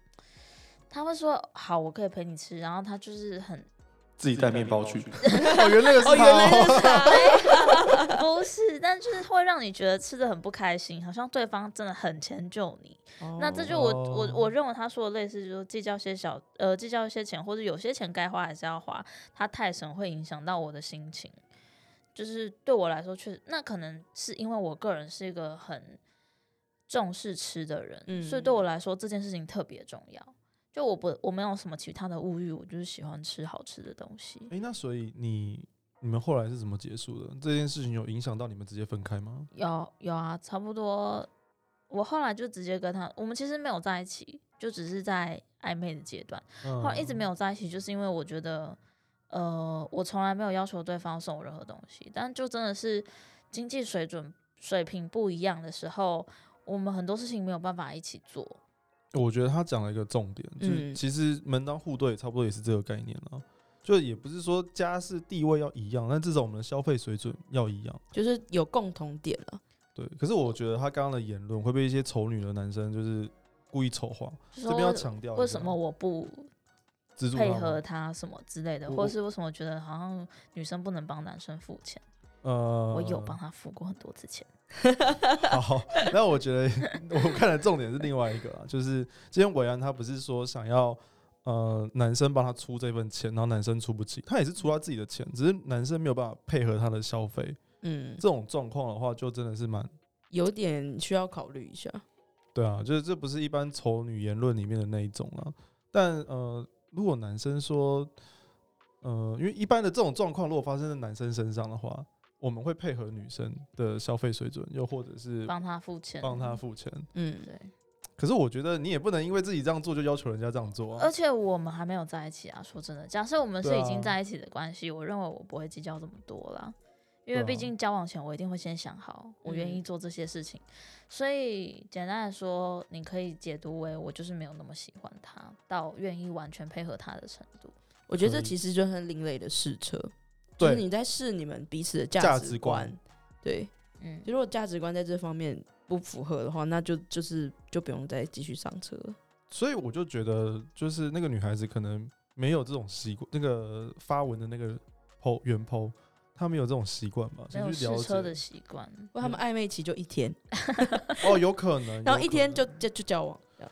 S1: 他会说好，我可以陪你吃，然后他就是很
S4: 自己带面包去。
S3: 哦，原来那个是他、
S2: 哦，原来是他。
S1: 不是，但就是会让你觉得吃的很不开心，好像对方真的很迁就你。
S3: 哦
S1: 那这就我我我认为他说的类似，就是计较些小呃计较一些钱，或者有些钱该花还是要花，他太省会影响到我的心情。就是对我来说，确实那可能是因为我个人是一个很重视吃的人，
S2: 嗯
S1: 所以对我来说这件事情特别重要。就我不我没有什么其他的物欲，我就是喜欢吃好吃的东西。
S3: 哎、那所以你你们后来是怎么结束的？这件事情有影响到你们直接分开吗？
S1: 有有啊，差不多。我后来就直接跟他，我们其实没有在一起，就只是在暧昧的阶段。
S3: 嗯
S1: 后来一直没有在一起，就是因为我觉得，呃，我从来没有要求对方送我任何东西，但就真的是经济水准水平不一样的时候，我们很多事情没有办法一起做。
S3: 嗯我觉得他讲了一个重点，就是
S2: 嗯
S3: 其实门当户对差不多也是这个概念啊。就也不是说家世地位要一样，但至少我们的消费水准要一样。
S2: 就是有共同点了。
S3: 对，可是我觉得他刚刚的言论会被一些丑女的男生就是故意丑化，
S1: 就
S3: 这
S1: 说
S3: 边要
S1: 为
S3: 强调一
S1: 为
S3: 下
S1: 什么我不
S3: 资助他
S1: 配
S3: 吗
S1: 合他什么之类的，
S3: 我
S1: 或是为什么觉得好像女生不能帮男生付钱？
S3: 呃，
S1: 我有帮他付过很多次钱。
S3: 好，那我觉得我看的重点是另外一个啊，就是今天伟安他不是说想要呃男生帮他出这份钱，然后男生出不起，他也是出他自己的钱，只是男生没有办法配合他的消费，
S2: 嗯
S3: 这，种状况的话就真的是蛮
S2: 有点需要考虑一下。
S3: 对啊，就是这不是一般丑女言论里面的那一种啊。但呃，如果男生说，呃，因为一般的这种状况如果发生在男生身上的话，我们会配合女生的消费水准，又或者是
S1: 帮他付钱，
S3: 帮她。付钱。
S2: 嗯，
S1: 对，
S3: 可是我觉得你也不能因为自己这样做就要求人家这样做啊
S1: 而。且我们还没有在一起啊。说真的，假设我们是
S3: 对啊
S1: 已经在一起的关系，我认为我不会计较这么多啦，因
S3: 对
S1: 为
S3: 啊
S1: 毕竟交往前我一定会先想好，我愿意
S2: 嗯
S1: 做这些事情。所以简单来说，你可以解读为我就是没有那么喜欢他，到愿意完全配合他的程度。
S2: 我觉得
S3: 可
S2: 这
S3: 以
S2: 其实就很另类的试车，就是
S3: 对
S2: 你在试你们彼此的
S3: 价
S2: 价
S3: 值
S2: 值
S3: 观
S2: 观。对，
S1: 嗯，
S2: 就如果价值观在这方面不符合的话，那就就是就不用再继续上车了。
S3: 所以我就觉得，就是那个女孩子可能没有这种习惯，那个发文的那个剖原剖，她没有这种习惯吧？
S1: 没有
S3: 先去
S1: 试
S3: 了
S1: 车的
S3: 解。
S1: 习惯。
S2: 不过他们暧昧期就一天，
S3: 哦，有可能。
S2: 然后
S3: 嗯有
S2: 一
S3: 可
S2: 天
S3: 能
S2: 就就就交往，这样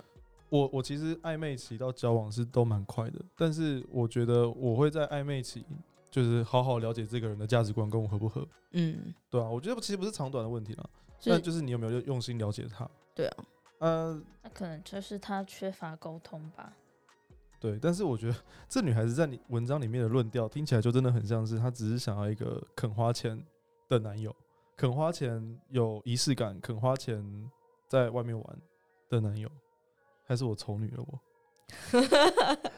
S3: 我我其实暧昧期到交往是都蛮快的，但是我觉得我会在暧昧期就是好好了解这个人的价值观跟我合不合，
S2: 嗯，
S3: 对啊，我觉得其实不是长短的问题啦，
S2: 所
S3: 那
S2: 以
S3: 就是你有没有用心了解他。
S2: 对啊，
S3: 呃，
S1: 那可能就是他缺乏沟通吧。
S3: 对，但是我觉得这女孩子在你文章里面的论调听起来就真的很像是她只是想要一个肯花钱的男友，肯花钱有仪式感，肯花钱在外面玩的男友，还是我丑女了我？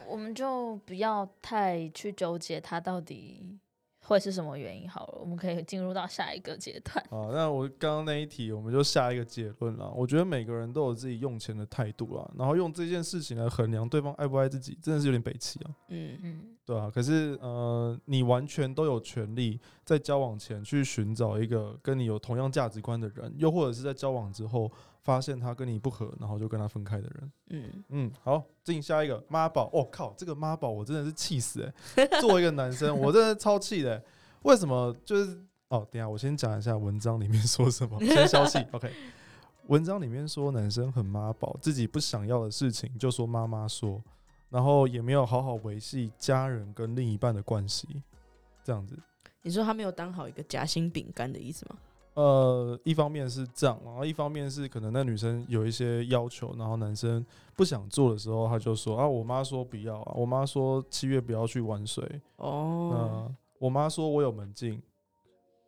S1: 我们就不要太去纠结他到底会是什么原因好了，我们可以进入到下一个阶段。
S3: 啊，那我刚刚那一题，我们就下一个结论了。我觉得每个人都有自己用钱的态度啦，然后用这件事情来衡量对方爱不爱自己，真的是有点北齐啊，
S2: 嗯，
S1: 嗯，
S3: 对啊，可是呃，你完全都有权利在交往前去寻找一个跟你有同样价值观的人，又或者是在交往之后发现他跟你不合，然后就跟他分开的人。
S2: 嗯，
S3: 嗯，好，进下一个妈宝。我、靠，这个妈宝我真的是气死哎、作为一个男生，我真的超气的欸、为什么？就是哦，等一下我先讲一下文章里面说什么，先消气。OK，文章里面说男生很妈宝，自己不想要的事情就说妈妈说，然后也没有好好维系家人跟另一半的关系，这样子。
S2: 你说他没有当好一个夹心饼干的意思吗？
S3: 呃，一方面是这样，然后一方面是可能那女生有一些要求，然后男生不想做的时候，他就说啊，我妈说不要啊，我妈说七月不要去玩水，嗯、
S2: 哦，
S3: 我妈说我有门禁，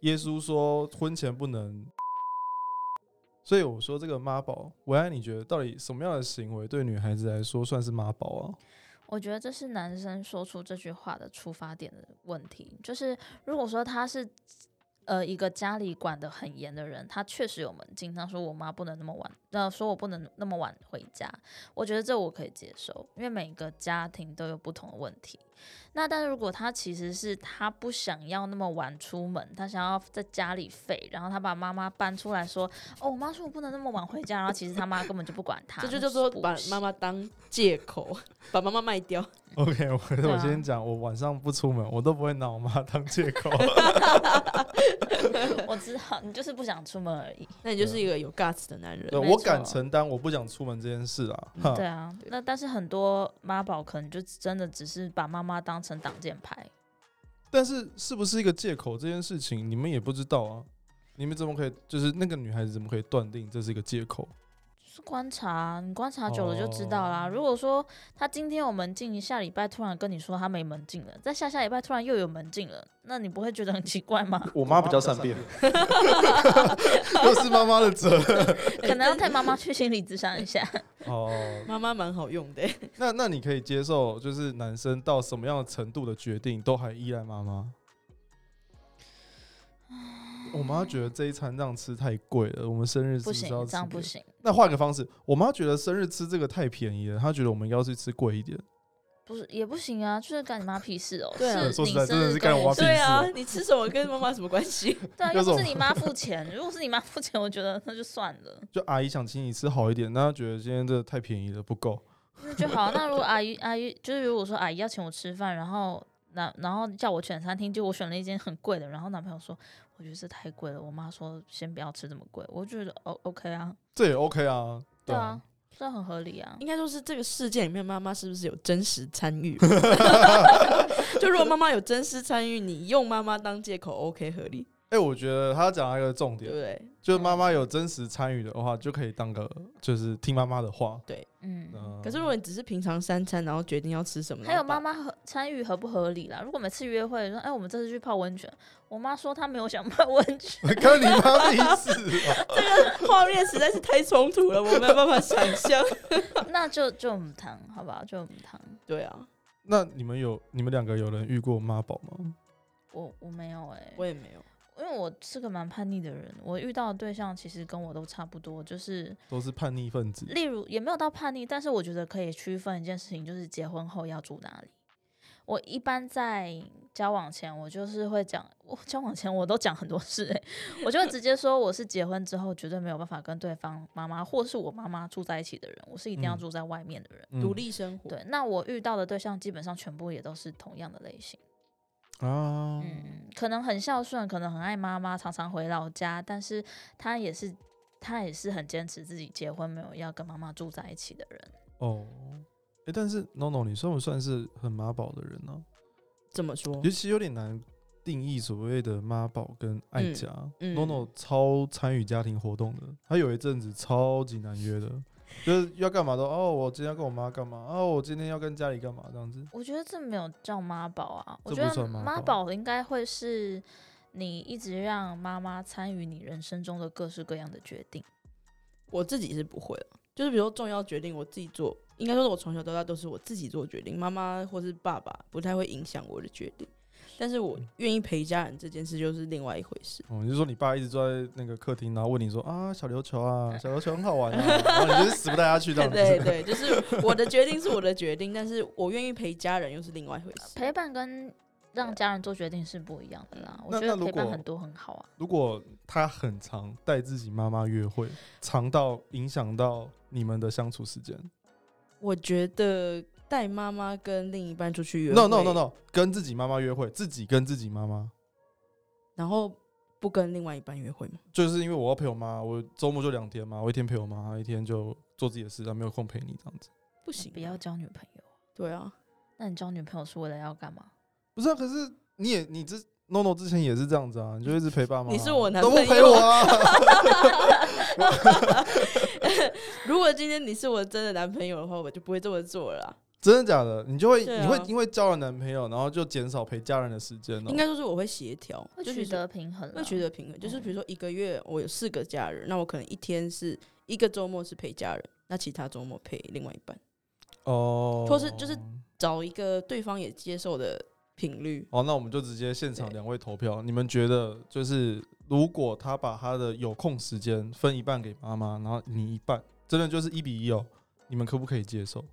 S3: 耶稣说婚前不能，所以我说这个妈宝，维安，你觉得到底什么样的行为对女孩子来说算是妈宝 啊？
S1: 我觉得这是男生说出这句话的出发点的问题，就是如果说他是。呃，一个家里管得很严的人，他确实有门禁。他说我妈不能那么晚，呃，说我不能那么晚回家。我觉得这我可以接受，因为每个家庭都有不同的问题。那但是如果他其实是他不想要那么晚出门，他想要在家里废，然后他把妈妈搬出来说，哦，我妈说我不能那么晚回家，然后其实他妈根本就不管他，
S2: 这就
S1: 那
S2: 叫
S1: 是
S2: 做
S1: 不
S2: 把
S1: 行
S2: 妈妈 当借口， 把妈妈卖掉。
S3: OK，我
S1: 对
S3: 我
S1: 啊
S3: 先讲，我晚上不出门，我都不会拿我妈当 借口。
S1: 我知道你就是不想出门而已。
S2: 那你就是一个有 guts 的男人。
S3: 啊对
S1: 没
S3: 我敢
S1: 错
S3: 承担我不想出门这件事啊。哈
S1: 对啊，那但是很多妈宝可能就真的只是把妈妈当成挡箭牌。
S3: 但是是不是一个借口这件事情，你们也不知道啊。你们怎么可以就是那个女孩子怎么可以断定这是一个借口？
S1: 是观察，啊你观察久了就知道
S3: 哦
S1: 啦。如果说他今天有门禁，下礼拜突然跟你说他没门禁了，在下下礼拜突然又有门禁了，那你不会觉得很奇怪 吗？
S4: 我妈比较善 变，
S3: 都是妈妈的责任。
S1: 可能要带妈妈去心理咨商一下。
S3: 哦，
S2: 妈妈蛮好用的、
S3: 那那你可以接受，就是男生到什么样的程度的决定都还依赖妈妈？我妈觉得这一餐这样吃太贵了，我们生日
S1: 不
S3: 是是
S1: 行
S3: 要，吃
S1: 这样不
S3: 别的。
S1: 行，
S3: 那换个方式，我妈觉得生日吃这个太便宜了，她觉得我们应该要去吃贵一点。
S1: 不是也不行啊，就是干你妈屁事哦、
S2: 对啊
S1: 是
S3: 说
S1: 你
S3: 实在
S1: 生
S3: 真的
S1: 日
S3: 是
S1: 跟
S3: 干我
S1: 我
S3: 屁
S1: 说
S2: 对啊
S3: 是，
S2: 你吃什么跟妈妈什么关系？
S1: 对 啊，
S3: 有
S1: 又
S3: 种
S1: 不是你妈付钱，如果是你妈付钱，我觉得那就算了。
S3: 就阿姨想请你吃好一点，那她觉得今天这太便宜了，不够。
S1: 那就好。那如果阿姨阿姨就是如果说阿姨要请我吃饭，然后男然后叫我选餐厅，就我选了一间很贵的，然后男朋友说我觉得这太贵了，我妈说先不要吃这么贵，我就觉得 O OK 啊，
S3: 这也 OK 啊，
S1: 对啊
S3: 啊，，
S1: 这很合理啊。
S2: 应该说是这个事件里面，妈妈是不是有真实参与？就如果妈妈有真实参与，你用妈妈当借口，OK 合理，
S3: 哎、我觉得他讲到一个重
S2: 对
S3: 点
S2: 不，对？
S3: 就是妈妈有真实参与的话，就可以当个就是听妈妈的话。
S1: 嗯，
S3: 嗯
S2: 可是如果你只是平常三餐，然后决定要吃什么，
S1: 还有妈
S2: 妈
S1: 妈合参与合不合理啦？如果每次约会说，哎，我们这次去泡温泉，我妈说她没有想泡温泉，
S3: 跟你妈屁事啊！
S2: 画面实在是太冲突了，我没有办法想象。
S1: 那就就母汤，好吧，就母汤。
S2: 对啊，
S3: 那你们有你们两个有人遇过妈宝吗？
S1: 我我没有哎、
S2: 我也没有，
S1: 因为我是个蛮叛逆的人，我遇到的对象其实跟我都差不多，就是
S3: 都是叛逆分子。
S1: 例如也没有到叛逆，但是我觉得可以区分一件事情，就是结婚后要住哪里。我一般在交往前，我就是会讲，我 交往前我都讲很多事、欸，我就会直接说我是结婚之后绝对没有办法跟对方妈妈或是我妈妈住在一起的人，我是一定要
S3: 嗯
S1: 住在外面的人。
S3: 嗯
S2: 独立生活。
S1: 对，那我遇到的对象基本上全部也都是同样的类型。
S3: 哦啊，
S1: 嗯，可能很孝顺，可能很爱妈妈，常常回老家，但是他也是他也是很坚持自己结婚没有要跟妈妈住在一起的人。
S3: 哦，哎、但是 NONO，你算不算是很妈宝的人呢、
S2: 怎么说
S3: 尤？其有点难定义所谓的妈宝跟爱家。
S2: 嗯嗯
S3: NONO 超参与家庭活动的，他有一阵子超级难约 的，就是要干嘛都哦，我今天要跟我妈干嘛，哦，我今天要跟家里干嘛这样子。
S1: 我觉得这没有叫妈宝啊，我
S3: 这
S1: 觉
S3: 不
S1: 得
S3: 算妈
S1: 妈
S3: 宝
S1: 宝应该会是你一直让妈妈参与你人生中的各式各样的决定。
S2: 我自己是不会了，就是比如说重要决定我自己做，应该说是我从小到大都是我自己做决定，妈妈或是爸爸不太会影响我的决定。但是我愿意陪家人这件事就是另外一回事。
S3: 哦，你就说你爸一直坐在那个客厅，然后问你说啊，小琉 球啊，小琉球很好玩啊，然后你就是死不带他去这样子。
S2: 对对，就是我的决定是我的决定，但是我愿意陪家人又是另外一回事。
S1: 陪伴跟让家人做决定是不一样的啦，我
S3: 那
S1: 觉
S3: 嗯那
S1: 得
S3: 如
S1: 陪伴
S3: 果
S1: 很多很好啊。
S3: 如果他很常带自己妈妈约会，常到影响到你们的相处时间。
S2: 我觉得带妈妈跟另一半出去约
S3: No no
S2: 会
S3: no no，跟自己妈妈约会，自己跟自己妈妈，
S2: 然后不跟另外一半约会吗？
S3: 就是因为我要陪我妈，我周末就两天嘛，我一天陪我妈，一天就做自己的事，她没有空陪你这样子。
S2: 不行，
S1: 不要。啊
S3: 啊
S1: 交女朋友，
S2: 对啊，
S1: 那你交女朋友是为了要干嘛？
S3: 不是啊，可是你也你这 no no 之前也是这样子啊，你就一直陪爸妈啊、
S2: 你是我男
S3: 都不
S2: 朋
S3: 陪
S2: 友
S3: 我啊。
S2: 如果今天你是我真的男朋友的话，我就不会这么做了啦。
S3: 真的假的？你就会、
S2: 对啊
S3: 你会因为交了男朋友，然后就减少陪家人的时间了、哦
S2: 应该说是我会协调，
S1: 会
S2: 就
S1: 取
S2: 是说
S1: 得平衡啦，
S2: 会取得平衡，就是
S1: 嗯
S2: 比如说一个月我有四个假日，那我可能一天是一个周末是陪家人，那其他周末陪另外一半，
S3: 哦，
S2: 或是就是找一个对方也接受的频率。
S3: 好，哦那我们就直接现场
S2: 对
S3: 两位投票，你们觉得就是如果他把他的有空时间分一半给妈妈，然后你一半，真的就是一比一哦，你们可不可以接受？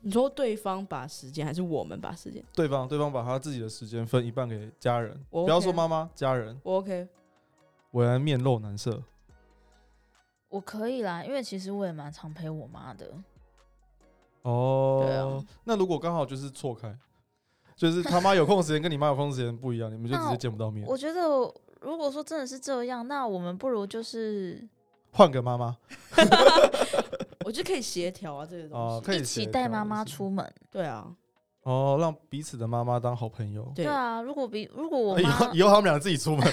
S2: 你说对方把时间还是我们把时间？
S3: 对方对方把他自己的时间分一半给家人，
S2: 我
S3: 不要
S2: OK
S3: 说
S2: 啊
S3: 妈妈，家人，
S2: 我 OK，
S3: 我来面露难色。
S1: 我可以啦，因为其实我也蛮常陪我妈的。
S3: 嗯哦，
S2: 对啊
S3: 那如果刚好就是错开，就是他妈有空时间跟你妈有空时间不一样，你们就直接
S1: 那
S3: 见不到面，
S1: 我觉得如果说真的是这样，那我们不如就是
S3: 换个妈妈
S2: 我就可以协调啊，这个东
S3: 哦，
S2: 西。
S3: 可
S1: 一
S3: 以
S1: 起
S3: 协
S1: 带
S3: 调
S1: 妈
S3: 是
S1: 妈
S3: 不是
S1: 出门，
S2: 对啊，
S3: 哦，让彼此的妈妈当好朋友。哎
S2: 对
S1: 对啊，如果比如果我
S3: 以
S1: 妈
S3: 后以后他们俩自己 出门，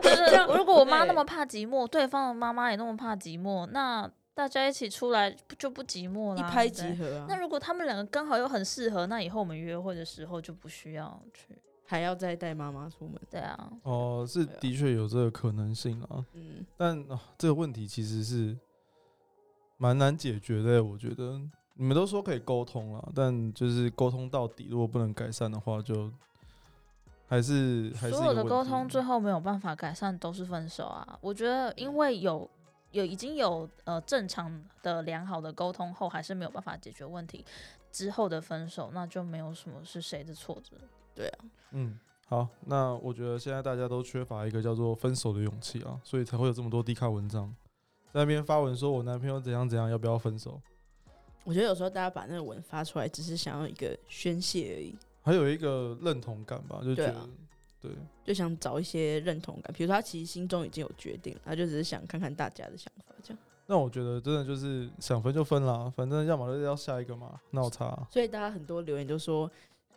S1: 就是如果我妈那
S2: 对
S1: 么怕寂寞，对方的妈妈也那么怕寂寞，那大家一起出来不就不寂寞
S2: 一
S1: 啦，
S2: 拍
S1: 对不对
S2: 即合啊
S1: 那。如果他们两个刚好又很适合，那以后我们约会的时候就不需要去。
S2: 还要再带妈妈出门，
S1: 对啊，
S3: 哦，是
S2: 对啊
S3: 的确有这个可能性啊。
S2: 嗯，
S3: 但、啊这个问题其实是蛮难解决的，欸我觉得。你们都说可以沟通了，但就是沟通到底，如果不能改善的话，就还是还是
S1: 所有
S3: 一个
S1: 的
S3: 问
S1: 沟
S3: 题
S1: 通最后没有办法改善，都是分手啊。我觉得，因为有有已经有呃正常的良好的沟通后，还是没有办法解决问题，之后的分手那就没有什么是谁的错的。
S3: 嗯，好，那我觉得现在大家都缺乏一个叫做分手的勇气啊，所以才会有这么多低卡文章在那边发文说我男朋友怎样怎样，要不要分手？
S2: 我觉得有时候大家把那个文发出来，只是想要一个宣泄而已，
S3: 还有一个认同感吧，就觉
S2: 对啊
S3: 得对,、
S2: 就想找一些认同感。比如说他其实心中已经有决定了，他就只是想看看大家的想法这样。
S3: 那我觉得真的就是想分就分啦，反正要么就要下一个嘛，那我差。啊
S2: 所以大家很多留言都说，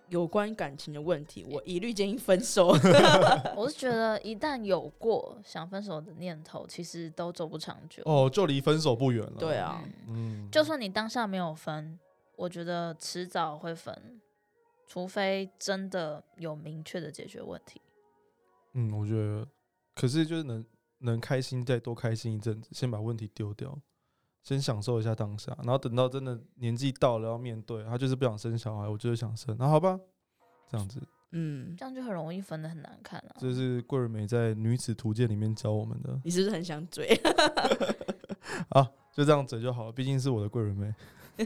S2: 有关感情的问题，我一律建议分手。
S1: 我是觉得，一旦有过想分手的念头，其实都走不长久。
S3: 哦，就离分手不远了。
S2: 对啊，
S1: 嗯，
S3: 嗯，
S1: 就算你当下没有分，我觉得迟早会分，除非真的有明确的解决问题。
S3: 嗯，我觉得，可是就是能能开心再多开心一阵子，先把问题丢掉，先享受一下当下，然后等到真的年纪到了要面对，他就是不想生小孩，我就是想生，那好吧，这样子，
S2: 嗯，
S1: 这样就很容易分的很难看啊。
S3: 这是桂纶镁在《女子图鉴》里面教我们的，
S2: 你是不是很想追？
S3: 啊，就这样整就好了，毕竟是我的贵人妹。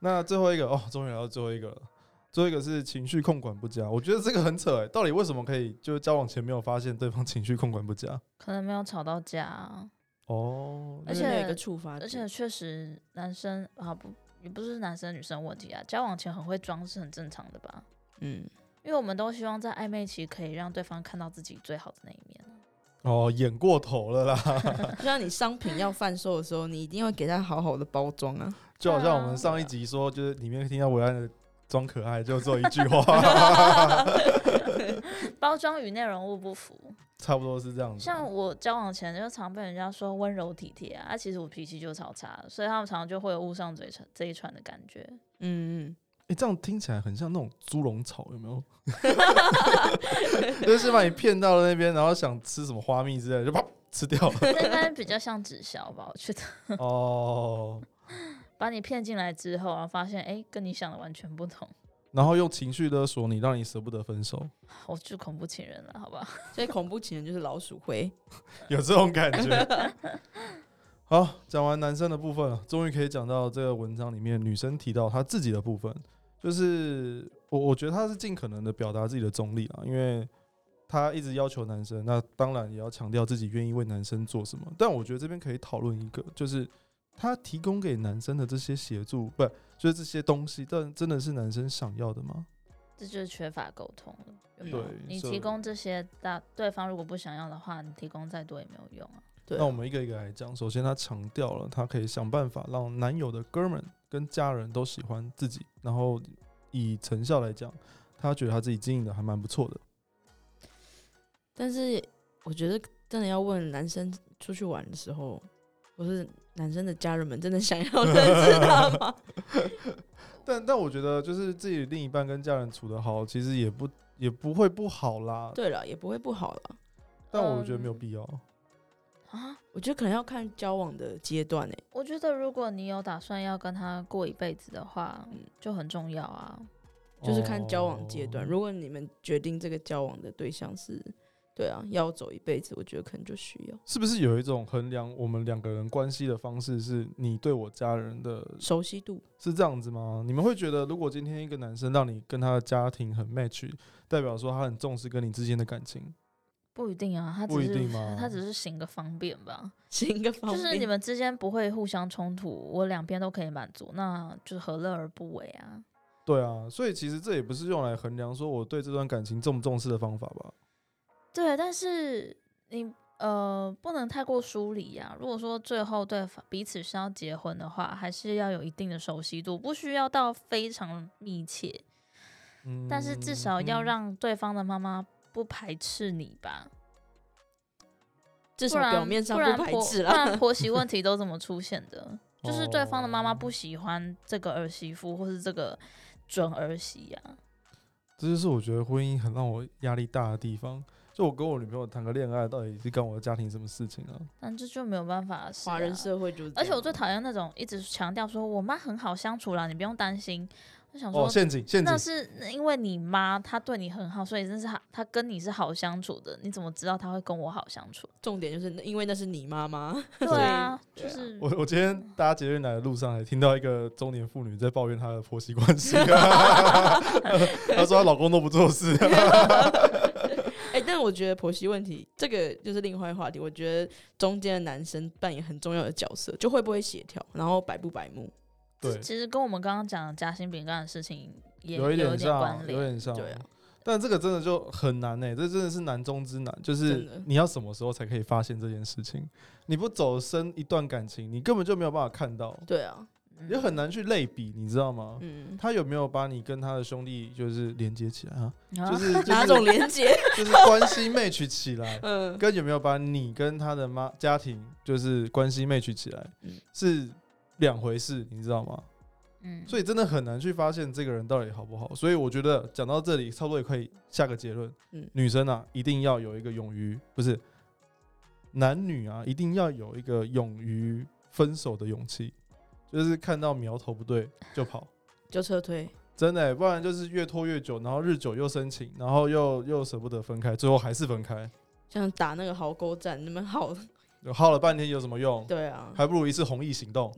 S3: 那最后一个哦，终于来到最后一个了。最后一个是情绪控管不佳，我觉得这个很扯哎、到底为什么可以就是交往前没有发现对方情绪控管不佳？
S1: 可能没有吵到架、啊，
S3: 哦，
S1: 而且
S2: 因为没有一个触发点，
S1: 而且确实男生啊不也不是男生女生问题啊，交往前很会装是很正常的吧？
S2: 嗯，
S1: 因为我们都希望在暧昧期可以让对方看到自己最好的那一面啊。
S3: 哦，演过头了啦，
S2: 就像你商品要贩售的时候，你一定要给他好好的包装啊。
S3: 就好像我
S1: 对啊
S3: 们上一集说，就是里面听到维安的装可爱，就只有一句 话，
S1: 包装与内容物不符，
S3: 差不多是这样子。
S1: 像我交往前就常被人家说温柔体贴啊，啊其实我脾气就超差的，所以他们常常就会有误上嘴唇这一串的感觉。
S2: 嗯嗯，
S3: 哎、这样听起来很像那种猪笼草，有 没有？就是把你骗到了那边，然后想吃什么花蜜之类的，就啪吃 掉了。
S1: 那应该比较像直销吧，我觉得
S3: 哦，
S1: 把你骗进来之后，然后发现哎、诶跟你想的完全不同，
S3: 然后用情绪勒索你，让你舍不得分手，
S1: 我就恐怖情人了，好吧？
S2: 所以恐怖情人就是老鼠灰。
S3: 有这种感觉。好，讲完男生的部分了，终于可以讲到这个文章里面女生提到她自己的部分，就是我我觉得她是尽可能的表达自己的中立啊，因为她一直要求男生，那当然也要强调自己愿意为男生做什么。但我觉得这边可以讨论一个，就是她提供给男生的这些协助，不就是这些东西，但真的是男生想要的吗？
S1: 这就是缺乏沟通了。有没
S3: 对
S1: 有你
S3: 所以
S1: 提供这些，大对方如果不想要的话，你提供再多也没有用啊。
S2: 对啊，
S3: 那我们一个一个来讲。首先，她强调了她可以想办法让男友的哥们跟家人都喜欢自己，然后以成效来讲，她觉得她自己经营的还蛮不错的。
S2: 但是我觉得真的要问男生出去玩的时候，不是男生的家人们真的想要认识他 吗？
S3: 但但我觉得，就是自己另一半跟家人处得好，其实也不也不会不好啦。
S2: 对啊了，也不会不好了。
S3: 但我觉得
S1: 嗯
S3: 没有必要。
S1: 啊，
S2: 我觉得可能要看交往的阶段诶、欸
S1: 我觉得如果你有打算要跟他过一辈子的话，就很重要啊。
S2: 就是看交往阶段。
S3: 哦
S2: 如果你们决定这个交往的对象是，对啊，要走一辈子，我觉得可能就需要
S3: 是不是有一种衡量我们两个人关系的方式，是你对我家人的
S2: 熟悉度。
S3: 是这样子吗？你们会觉得，如果今天一个男生让你跟他的家庭很 match，代表说他很重视跟你之间的感情，
S1: 不一定啊，他
S3: 不
S1: 只
S3: 一定哦
S1: 是
S3: 吗？
S1: 他只是行个方便吧，
S2: 是一个方
S1: 就
S2: 面，
S1: 是你们之间不会互相冲突，我两边都可以满足，那就何乐而不为啊？
S3: 对啊，所以其实这也不是用来衡量说我对这段感情重不重视的方法吧？
S1: 对，但是你呃不能太过疏离呀、如果说最后对方彼此是要结婚的话，还是要有一定的熟悉度，不需要到非常密切。
S3: 嗯
S1: 但是至少要让对方的妈妈不排斥你吧，
S2: 至
S1: 不
S2: 少
S1: 然
S2: 表面上
S1: 不然
S2: 排
S1: 婆
S2: 斥
S1: 不
S2: 啦。
S1: 然婆媳问题都怎么出现的？就是对方的妈妈
S3: 哦
S1: 不喜欢这个儿媳妇或是这个准儿媳啊呀、
S3: 这就是我觉得婚姻很让我压力大的地方。就我跟我女朋友谈个恋爱，到底是干我的家庭什么事情啊？
S1: 但这就没有办法的事啊、
S2: 华人社会就是这样啊，
S1: 而且我最讨厌那种一直强调说我妈很好相处啦，你不用担心。我想说，
S3: 哦，陷阱，陷阱
S1: 那，是那因为你妈她对你很好，所以那是她她跟你是好相处的，你怎么知道她会跟我好相处？
S2: 重点就是因为那是你妈妈，
S1: 对啊，就
S2: 对啊
S1: 是
S3: 我我今 天搭捷运来的路上，还听到一个中年妇女在抱怨她的婆媳关 系， 她说她老公都不做事，
S2: 哎、但我觉得婆媳问题这个就是另外一个话题。我觉得中间的男生扮演很重要的角色，就会不会协调，然后白不白目。
S3: 对，
S1: 其实跟我们刚刚讲的夹心饼干的事情也
S3: 有一
S1: 点
S3: 点
S1: 关
S3: 像，有
S1: 联。
S3: 点像，
S2: 对啊。
S3: 但这个真的就很难呢、这真的是难中之难，就
S2: 真
S3: 是
S2: 的
S3: 你要什么时候才可以发现这件事情？你不走深一段感情，你根本就没有办法看到，
S2: 对啊，
S1: 嗯
S3: 也很难去类比，你知道吗？
S2: 嗯，
S3: 他有没有把你跟他的兄弟就是连接起来啊？
S1: 啊
S3: 就是就是
S2: 哪种连接？
S3: 就是关系 match 起来，
S2: 嗯，
S3: 跟有没有把你跟他的妈家庭就是关系 match 起来
S2: 嗯
S3: 是两回事，你知道吗？
S1: 嗯，
S3: 所以真的很难去发现这个人到底好不好。所以我觉得讲到这里，差不多也可以下个结论。
S2: 嗯
S3: 女生啊，一定要有一个勇于不是男女啊，一定要有一个勇于分手的勇气，就是看到苗头不对就跑。
S2: 就撤退。
S3: 真的欸、不然就是越拖越久，然后日久又生情，然后又又舍不得分开，最后还是分开，
S2: 像打那个壕沟战，你们好，
S3: 就耗了半天有什么用？
S2: 对啊，
S3: 还不如一次弘毅行动。